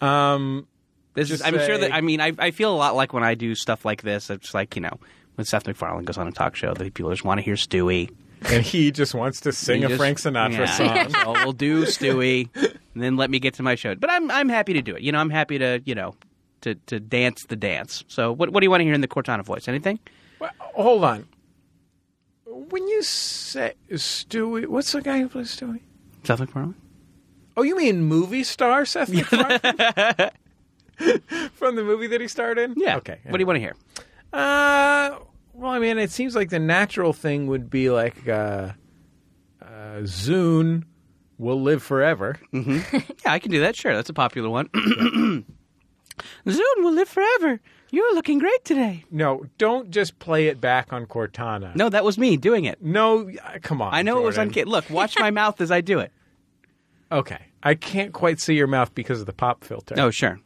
E: Um
C: This is.
E: Just
C: I'm sure
E: say-
C: that. I mean, I, I feel a lot like when I do stuff like this. It's like you know, when Seth MacFarlane goes on a talk show, the people just want to hear Stewie.
E: and he just wants to sing
C: You
E: a
C: just-
E: Frank Sinatra
C: yeah,
E: song.
C: so we'll do Stewie, and then let me get to my show. But I'm I'm happy to do it. You know, I'm happy to you know to to dance the dance. So what what do you want to hear in the Cortana voice? Anything?
E: Well, hold on. When you say Stewie, what's the guy who plays Stewie?
C: Seth MacFarlane.
E: Oh, you mean movie star Seth MacFarlane? From the movie that he starred in?
C: Yeah.
E: Okay.
C: What do you want to hear?
E: Uh, well, I mean, it seems like the natural thing would be like uh, uh, Zune will live forever.
C: Yeah, I can do that. Sure, that's a popular one. Zoom will live forever. You're looking great today.
E: No, don't just play it back on Cortana.
C: No, that was me doing it.
E: No, uh, come on.
C: I know it was
E: Jordan.
C: unca- Look, watch my mouth as I do it.
E: Okay. I can't quite see your mouth because of the pop filter.
C: Oh, sure.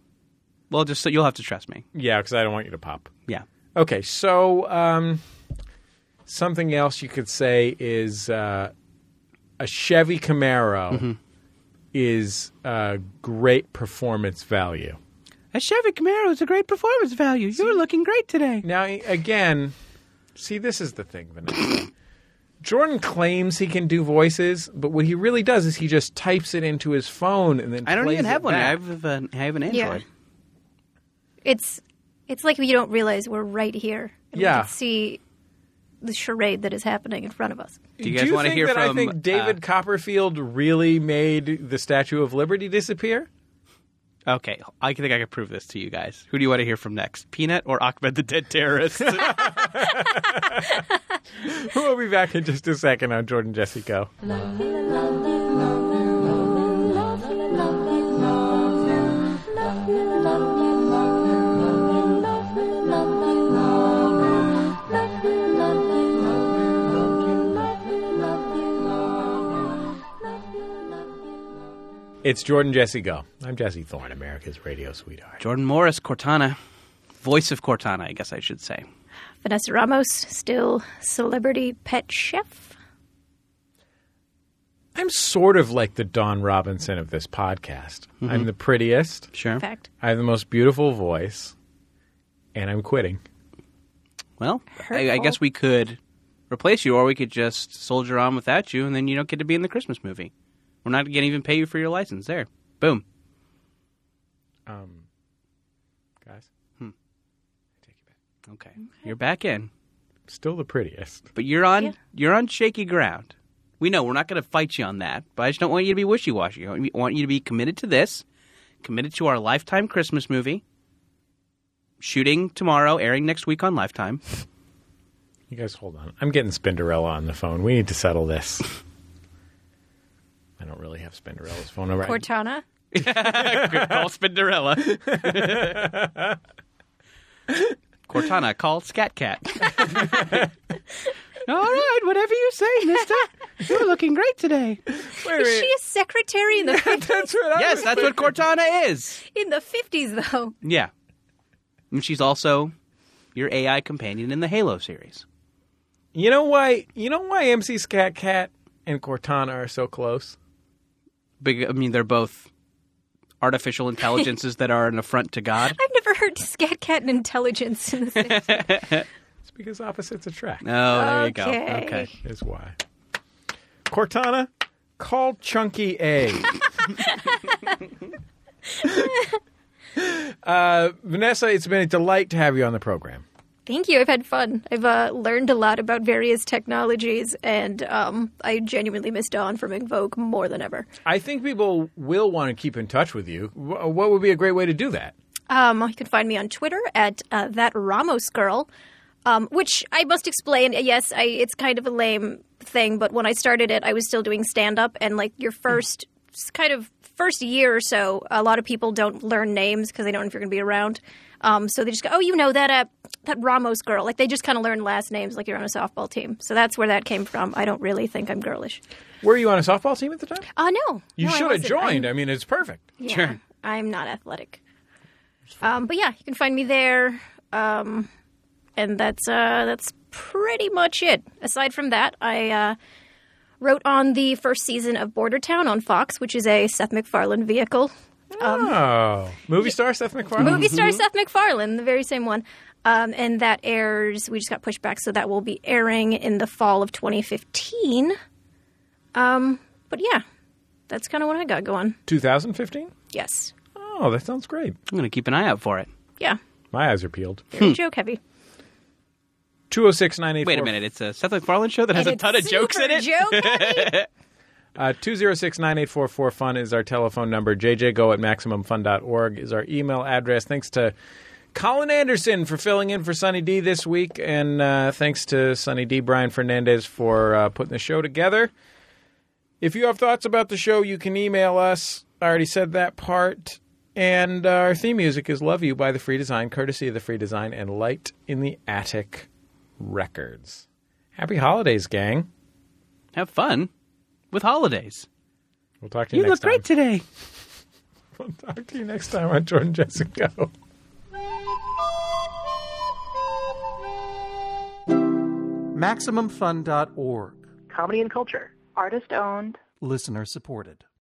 C: Well, just so you'll have to trust me.
E: Yeah, because I don't want you to pop.
C: Yeah.
E: Okay, so um, something else you could say is uh, a Chevy Camaro
C: Mm-hmm.
E: is uh, great performance value.
C: A Chevy Camaro is a great performance value. You're looking great today.
E: Now, a- again, see, this is the thing. Vanessa. Jordan claims he can do voices, but what he really does is he just types it into his phone and then
C: I don't
E: plays
C: even
E: it
C: have one. I
E: back.
C: have, an, I have an
D: Yeah.
C: Android.
D: It's it's like you don't realize we're right here. And
E: Yeah.
D: We can see the charade that is happening in front of us.
C: Do you guys
E: you
C: want to
E: think
C: hear
E: that
C: from? uh,
E: I think David Copperfield really made the Statue of Liberty disappear?
C: uh, okay, I think I can prove this to you guys. Who do you want to hear from next? Peanut or Ahmed the Dead Terrorist?
E: we'll be back in just a second on Jordan Jesse Go. It's Jordan Jesse Go. I'm Jesse Thorne, America's radio sweetheart.
C: Jordan Morris, Cortana, voice of Cortana, I guess I should say.
D: Vanessa Ramos, still celebrity pet chef.
E: I'm sort of like the Don Robinson of this podcast. I'm the prettiest.
C: Sure.
D: Fact.
E: I have the most beautiful voice, and I'm quitting.
C: Well, I, I guess we could replace you, or we could just soldier on without you, and then you don't get to be in the Christmas movie. We're not going to even pay you for your license. There, boom.
E: Um, guys,
C: Okay, you're back in,
E: still the prettiest.
C: but you're on you're on shaky ground. We know we're not going to fight you on that, but I just don't want you to be wishy washy. I want you to be committed to this, committed to our lifetime Christmas movie. Shooting tomorrow, airing next week on Lifetime.
E: You guys, hold on. I'm getting Spinderella on the phone. We need to settle this. I don't really have Spinderella's phone number. I-
D: Cortana.
C: call Spinderella. Cortana, call Scat Cat. All right, whatever you say, mister. You're looking great today.
D: Is she a secretary in the 50s?
E: that's what
C: yes, that's what Cortana is.
D: In the 50s, though.
C: Yeah. And she's also your AI companion in the Halo series.
E: You know why? You know why MC Scat Cat and Cortana are so close?
C: Big, I mean, they're both artificial intelligences that are an affront to God.
D: I've never heard scat cat and intelligence in the same.
E: It's because opposites attract.
C: Oh, there you go. Okay. Okay.
E: Is why. Cortana, call Chunky A. uh, Vanessa, it's been a delight to have you on the program.
D: Thank you. I've had fun. I've uh, learned a lot about various technologies, and um, I genuinely miss Dawn from Invoke more than ever.
E: I think people will want to keep in touch with you. Wh- What would be a great way to do that?
D: Um, you can find me on Twitter at uh, that Ramos girl, um, which I must explain. Yes, I, it's kind of a lame thing, but when I started it, I was still doing stand up, and like your first s- kind of first year or so, a lot of people don't learn names because they don't know if you're going to be around. Um, so they just go, oh, you know that uh, that Ramos girl. Like they just kind of learn last names, like you're on a softball team. So that's where that came from. I don't really think I'm girlish.
E: Were you on a softball team at the time?
D: Uh, no,
E: You
D: No, I
E: should have
D: wasn't.
E: joined. i mean, it's perfect.
D: Yeah, I'm not athletic. Um, but yeah, you can find me there. Um, and that's uh, that's pretty much it. Aside from that, I uh, wrote on the first season of Border Town on Fox, which is a Seth MacFarlane vehicle. Um,
E: Oh, movie star Seth MacFarlane.
D: Movie star Seth MacFarlane, the very same one. Um, and that airs, we just got pushed back, so that will be airing in the fall of 2015. Um, but yeah, that's kind of what I got going.
E: 2015.
D: Yes.
E: Oh, that sounds great.
C: I'm going to keep an eye out for it.
D: Yeah.
E: My eyes are peeled.
D: Very joke heavy.
E: 206 984.
C: Wait a minute. It's a Seth MacFarlane show that has a
D: And
C: ton of
D: it's
C: jokes in
D: super
C: it.
D: joke-heavy.
E: Uh, 206-9844-FUN is our telephone number. JJGo at MaximumFun.org is our email address. Thanks to Colin Anderson for filling in for Sunny D this week. And uh, thanks to Sunny D, Brian Fernandez, for uh, putting the show together. If you have thoughts about the show, you can email us. I already said that part. And uh, our theme music is Love You by The Free Design, courtesy of The Free Design and Light in the Attic Records. Happy holidays, gang.
C: Have fun with holidays.
E: We'll talk to you,
C: You look
E: next time.
C: great today.
E: We'll talk to you next time on Jordan Jessica.
N: MaximumFun.org.
F: Comedy and culture. Artist owned.
N: Listener supported.